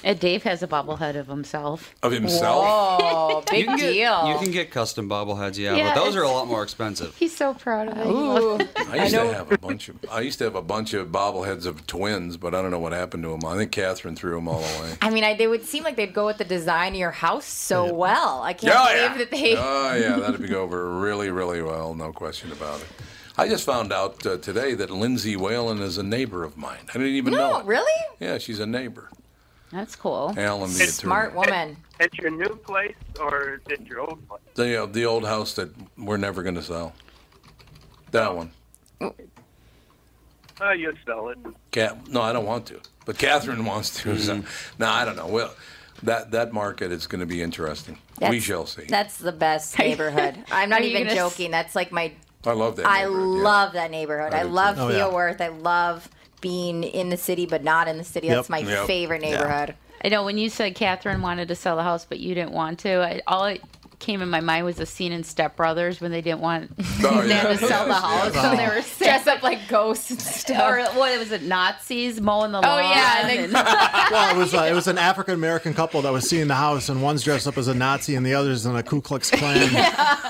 [SPEAKER 2] And Dave has a bobblehead of himself.
[SPEAKER 1] of himself.
[SPEAKER 7] Oh, big
[SPEAKER 3] you can
[SPEAKER 7] deal.
[SPEAKER 3] Get, you can get custom bobbleheads, yeah,
[SPEAKER 2] Yeah,
[SPEAKER 3] but those are a
[SPEAKER 2] it's-
[SPEAKER 3] lot more expensive.
[SPEAKER 2] He's so proud of it. He loves-
[SPEAKER 7] Ooh.
[SPEAKER 1] I used to have a bunch of. I used to have a bunch of bobbleheads of twins, but I don't know what happened to them. I think Catherine threw them all away.
[SPEAKER 7] I mean, I, they would seem like they'd go with the design of your house so well. I can't
[SPEAKER 1] Oh,
[SPEAKER 7] believe
[SPEAKER 1] yeah.
[SPEAKER 7] that they.
[SPEAKER 1] Oh, yeah, that'd be over really, really well, no question about it. I just found out uh, today that Lindsay Whalen is a neighbor of mine. I didn't even know.
[SPEAKER 7] no,
[SPEAKER 1] it.
[SPEAKER 7] really?
[SPEAKER 1] Yeah, she's a neighbor.
[SPEAKER 2] That's cool.
[SPEAKER 1] Alan, the
[SPEAKER 7] Smart
[SPEAKER 1] attorney.
[SPEAKER 7] woman.
[SPEAKER 4] At your new place or is it your old place?
[SPEAKER 1] The, uh, the old house that we're never going to sell. That one.
[SPEAKER 4] Oh, you sell it.
[SPEAKER 1] Cat. No, I don't want to. But Catherine wants to. So. No, I don't know. Well, that that market is going to be interesting. we
[SPEAKER 7] That's-
[SPEAKER 1] shall see.
[SPEAKER 7] That's the best neighborhood. I'm not
[SPEAKER 2] Are you
[SPEAKER 7] even
[SPEAKER 2] gonna s-
[SPEAKER 7] joking. That's like my.
[SPEAKER 1] I love that.
[SPEAKER 7] I
[SPEAKER 1] neighborhood, yeah.
[SPEAKER 7] love that neighborhood. I
[SPEAKER 1] do too.
[SPEAKER 7] love
[SPEAKER 6] Oh,
[SPEAKER 7] Theo
[SPEAKER 6] yeah.
[SPEAKER 7] Worth. I love being in the city, but not in the city.
[SPEAKER 6] Yep.
[SPEAKER 7] That's my
[SPEAKER 1] Yep.
[SPEAKER 7] favorite neighborhood.
[SPEAKER 2] I know when you said Catherine wanted to sell the house, but you didn't want to. I, all it came in my mind was a scene in Step Brothers when they didn't want
[SPEAKER 7] Oh,
[SPEAKER 2] they had
[SPEAKER 7] yeah.
[SPEAKER 2] to sell the
[SPEAKER 7] Yes, yes.
[SPEAKER 2] house, so they were
[SPEAKER 7] Dress up like ghosts and stuff.
[SPEAKER 2] Or what was it? Nazis mowing the
[SPEAKER 7] Oh,
[SPEAKER 2] lawn.
[SPEAKER 7] yeah, and
[SPEAKER 2] and-
[SPEAKER 6] well, it was uh, it was an African American couple that was seeing the house, and one's dressed up as a Nazi and the other's in a Ku Klux Klan.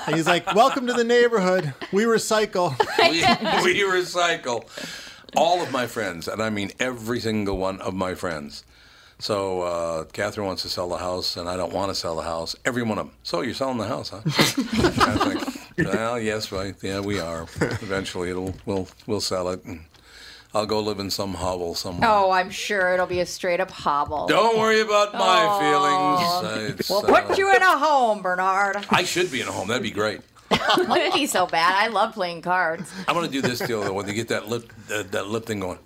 [SPEAKER 6] And he's like, "Welcome to the neighborhood. We recycle."
[SPEAKER 1] we, we recycle all of my friends, and I mean every single one of my friends. So uh, Catherine wants to sell the house, and I don't want to sell the house. Every one of them. So you're selling the house, huh? I was like, well, yes, right. Yeah, we are. Eventually, it'll we'll we'll sell it, and I'll go live in some hovel somewhere.
[SPEAKER 7] Oh, I'm sure it'll be a straight up hobble.
[SPEAKER 1] Don't worry about my feelings. It's,
[SPEAKER 7] Oh. We'll
[SPEAKER 1] uh,
[SPEAKER 7] put you in a home, Bernard.
[SPEAKER 1] I should be in a home. That'd be great.
[SPEAKER 7] Wouldn't be so bad. I love playing cards.
[SPEAKER 1] I want to do this deal though, when they get that lip that, that lip thing going.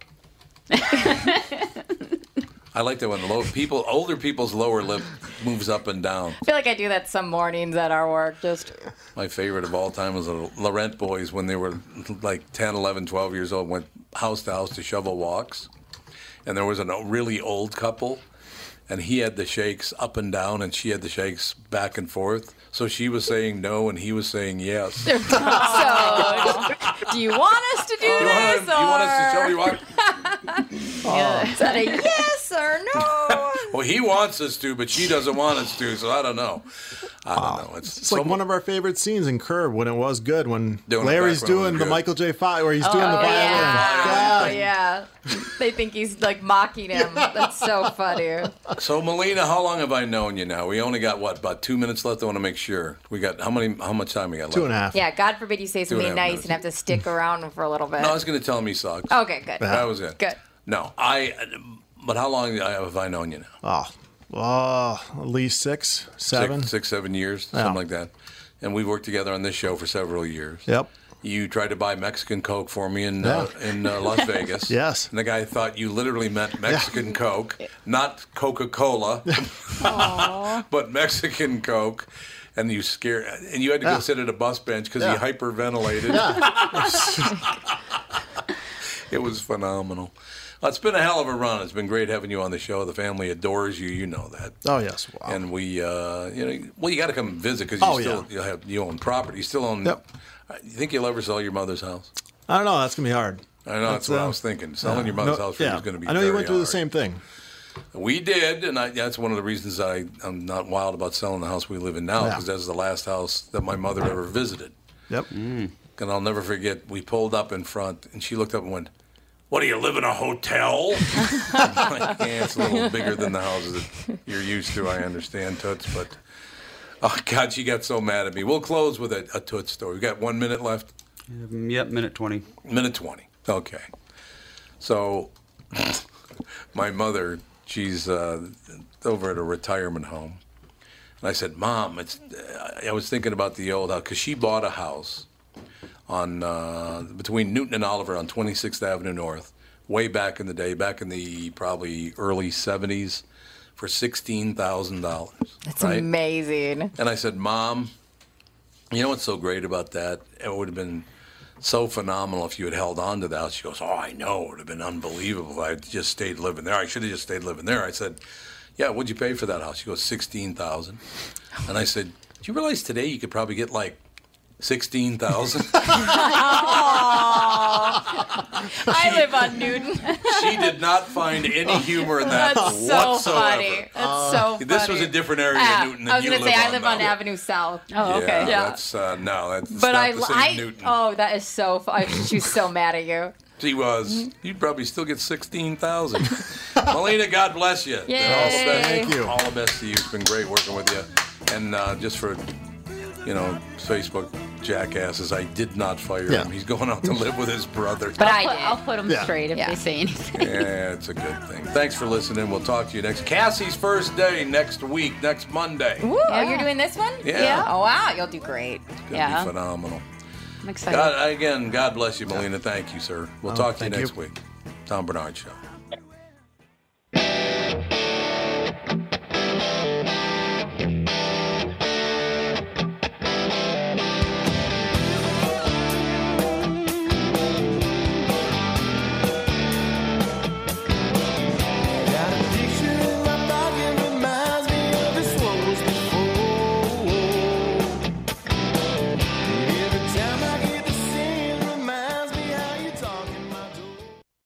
[SPEAKER 1] I like that when low people, older people's lower lip moves up and down.
[SPEAKER 7] I feel like I do that some mornings at our work. Just
[SPEAKER 1] My favorite of all time was the Laurent boys when they were like 10, 11, 12 years old, went house to house to shovel walks. And there was a really old couple, and he had the shakes up and down, and she had the shakes back and forth. So she was saying no, and he was saying yes.
[SPEAKER 2] Mm. Oh.
[SPEAKER 7] so, do you want us to do
[SPEAKER 1] you
[SPEAKER 7] this?
[SPEAKER 1] want, to, you Oh, want us to
[SPEAKER 7] or-
[SPEAKER 1] shovel your walk?
[SPEAKER 7] Is that a yes or no?
[SPEAKER 1] Well, he wants us to, but she doesn't want us to, so I don't know. I don't know. It's,
[SPEAKER 6] It's like one of our favorite scenes in Curb when it was good when
[SPEAKER 1] Doing it
[SPEAKER 6] Larry's
[SPEAKER 1] back when it was
[SPEAKER 6] doing the
[SPEAKER 1] good.
[SPEAKER 6] Michael J. Fox where he's doing the
[SPEAKER 7] oh,
[SPEAKER 6] violin.
[SPEAKER 7] yeah. Oh,
[SPEAKER 6] God.
[SPEAKER 7] yeah. They think he's like mocking him. That's so funny.
[SPEAKER 1] so, Melina, how long have I known you now? We only got what about two minutes left. I want to make sure we got how many? How much time we got left?
[SPEAKER 6] Two and a half.
[SPEAKER 7] Yeah, God forbid you say
[SPEAKER 1] Do
[SPEAKER 7] something
[SPEAKER 1] it,
[SPEAKER 7] nice
[SPEAKER 1] Ambrose.
[SPEAKER 7] and have to stick around for a little bit.
[SPEAKER 1] No, I was going to tell him he sucks.
[SPEAKER 7] okay, good.
[SPEAKER 1] That was it.
[SPEAKER 7] Good.
[SPEAKER 1] No, I. But how long have I known you now?
[SPEAKER 6] Oh, oh, at least six, seven.
[SPEAKER 1] Six, six seven years,
[SPEAKER 6] Yeah.
[SPEAKER 1] something like that. And we've worked together on this show for several years.
[SPEAKER 6] Yep.
[SPEAKER 1] You tried to buy Mexican Coke for me in uh, in uh, Las Vegas.
[SPEAKER 6] Yes.
[SPEAKER 1] And the guy thought you literally meant Mexican Coke, not Coca Cola, but Mexican Coke. And you scared, and you had to go
[SPEAKER 6] Yeah.
[SPEAKER 1] sit at a bus bench because
[SPEAKER 6] Yeah.
[SPEAKER 1] he hyperventilated. It was phenomenal. Well, it's been a hell of a run. It's been great having you on the show. The family adores you. You know that.
[SPEAKER 6] Oh yes. Wow.
[SPEAKER 1] And we, uh, you know, well, you got to come visit because you
[SPEAKER 6] Oh,
[SPEAKER 1] still
[SPEAKER 6] yeah.
[SPEAKER 1] you have you own property. You still own.
[SPEAKER 6] Yep.
[SPEAKER 1] Uh, You think you'll ever sell your mother's house?
[SPEAKER 6] I don't know. That's gonna be hard. uh,
[SPEAKER 1] I know that's, what I was thinking. Selling your mother's house for you is going to be.
[SPEAKER 6] I know you
[SPEAKER 1] very
[SPEAKER 6] went through the
[SPEAKER 1] hard.
[SPEAKER 6] same thing.
[SPEAKER 1] We did, and I, that's one of the reasons I, I'm not wild about selling the house we live in now
[SPEAKER 6] Yeah.
[SPEAKER 1] because that's the last house that my mother ever visited.
[SPEAKER 6] Yep.
[SPEAKER 1] And I'll never forget, we pulled up in front, and she looked up and went, "What do you live in a hotel?" I'm like, yeah, it's a little bigger than the houses that you're used to. I understand, Toots, but oh God, she got so mad at me. We'll close with a, a Toots story. We got one minute left,
[SPEAKER 3] Um, Yep, minute 20.
[SPEAKER 1] minute twenty. Okay, so my mother, she's uh, over at a retirement home, and I said, "Mom, it's." I was thinking about the old house because she bought a house on uh, between Newton and Oliver on 26th Avenue North, way back in the day, back in the probably early 70s, for sixteen thousand dollars.
[SPEAKER 7] That's amazing.
[SPEAKER 1] And I said, Mom, you know what's so great about that? It would have been so phenomenal if you had held on to the house. She goes, Oh, I know. It would have been unbelievable if I had just stayed living there. I should have just stayed living there. I said, Yeah, what'd you pay for that house? She goes, 16000 And I said, Do you realize today you could probably get like 16000
[SPEAKER 7] I live on Newton.
[SPEAKER 1] She did not find any humor in that
[SPEAKER 7] That's so
[SPEAKER 1] whatsoever. Uh,
[SPEAKER 7] funny. That's so funny.
[SPEAKER 1] This was a different area
[SPEAKER 7] Yeah,
[SPEAKER 1] in Newton than
[SPEAKER 7] I was
[SPEAKER 1] you
[SPEAKER 7] gonna
[SPEAKER 1] live
[SPEAKER 7] say
[SPEAKER 1] on
[SPEAKER 7] I live
[SPEAKER 1] now.
[SPEAKER 7] on Avenue South.
[SPEAKER 2] oh,
[SPEAKER 1] Yeah,
[SPEAKER 2] okay.
[SPEAKER 7] Yeah.
[SPEAKER 1] that's uh, no, that's
[SPEAKER 7] But
[SPEAKER 1] not
[SPEAKER 7] I,
[SPEAKER 1] the same
[SPEAKER 7] I
[SPEAKER 1] Newton.
[SPEAKER 7] oh, that is so. fu- I, she was so mad at you.
[SPEAKER 1] She was. You'd probably still get sixteen thousand. Melina, God bless you.
[SPEAKER 2] Yay.
[SPEAKER 1] And all the best-
[SPEAKER 6] Thank you.
[SPEAKER 1] All the best to you. It's been great working with you. And uh, just for you know, Facebook jackasses, I did not fire
[SPEAKER 6] Yeah.
[SPEAKER 1] him. He's going out to live with his brother.
[SPEAKER 7] But I
[SPEAKER 2] I'll, put, I'll
[SPEAKER 7] did.
[SPEAKER 2] put them
[SPEAKER 6] Yeah.
[SPEAKER 2] straight if
[SPEAKER 7] Yeah.
[SPEAKER 2] they say anything.
[SPEAKER 1] yeah, it's a good thing. Thanks for listening. We'll talk to you next. Cassie's first day next week, next Monday.
[SPEAKER 7] Woo, oh,
[SPEAKER 2] Yeah.
[SPEAKER 7] you're doing this one?
[SPEAKER 1] Yeah. Yeah.
[SPEAKER 7] Oh wow, you'll do great.
[SPEAKER 1] It's gonna
[SPEAKER 2] Yeah.
[SPEAKER 1] be phenomenal.
[SPEAKER 2] I'm excited.
[SPEAKER 1] God, again, God bless you, Melina. Thank you, sir. We'll
[SPEAKER 6] Oh,
[SPEAKER 1] talk to you
[SPEAKER 6] thank you.
[SPEAKER 1] next week. Tom Bernard Show.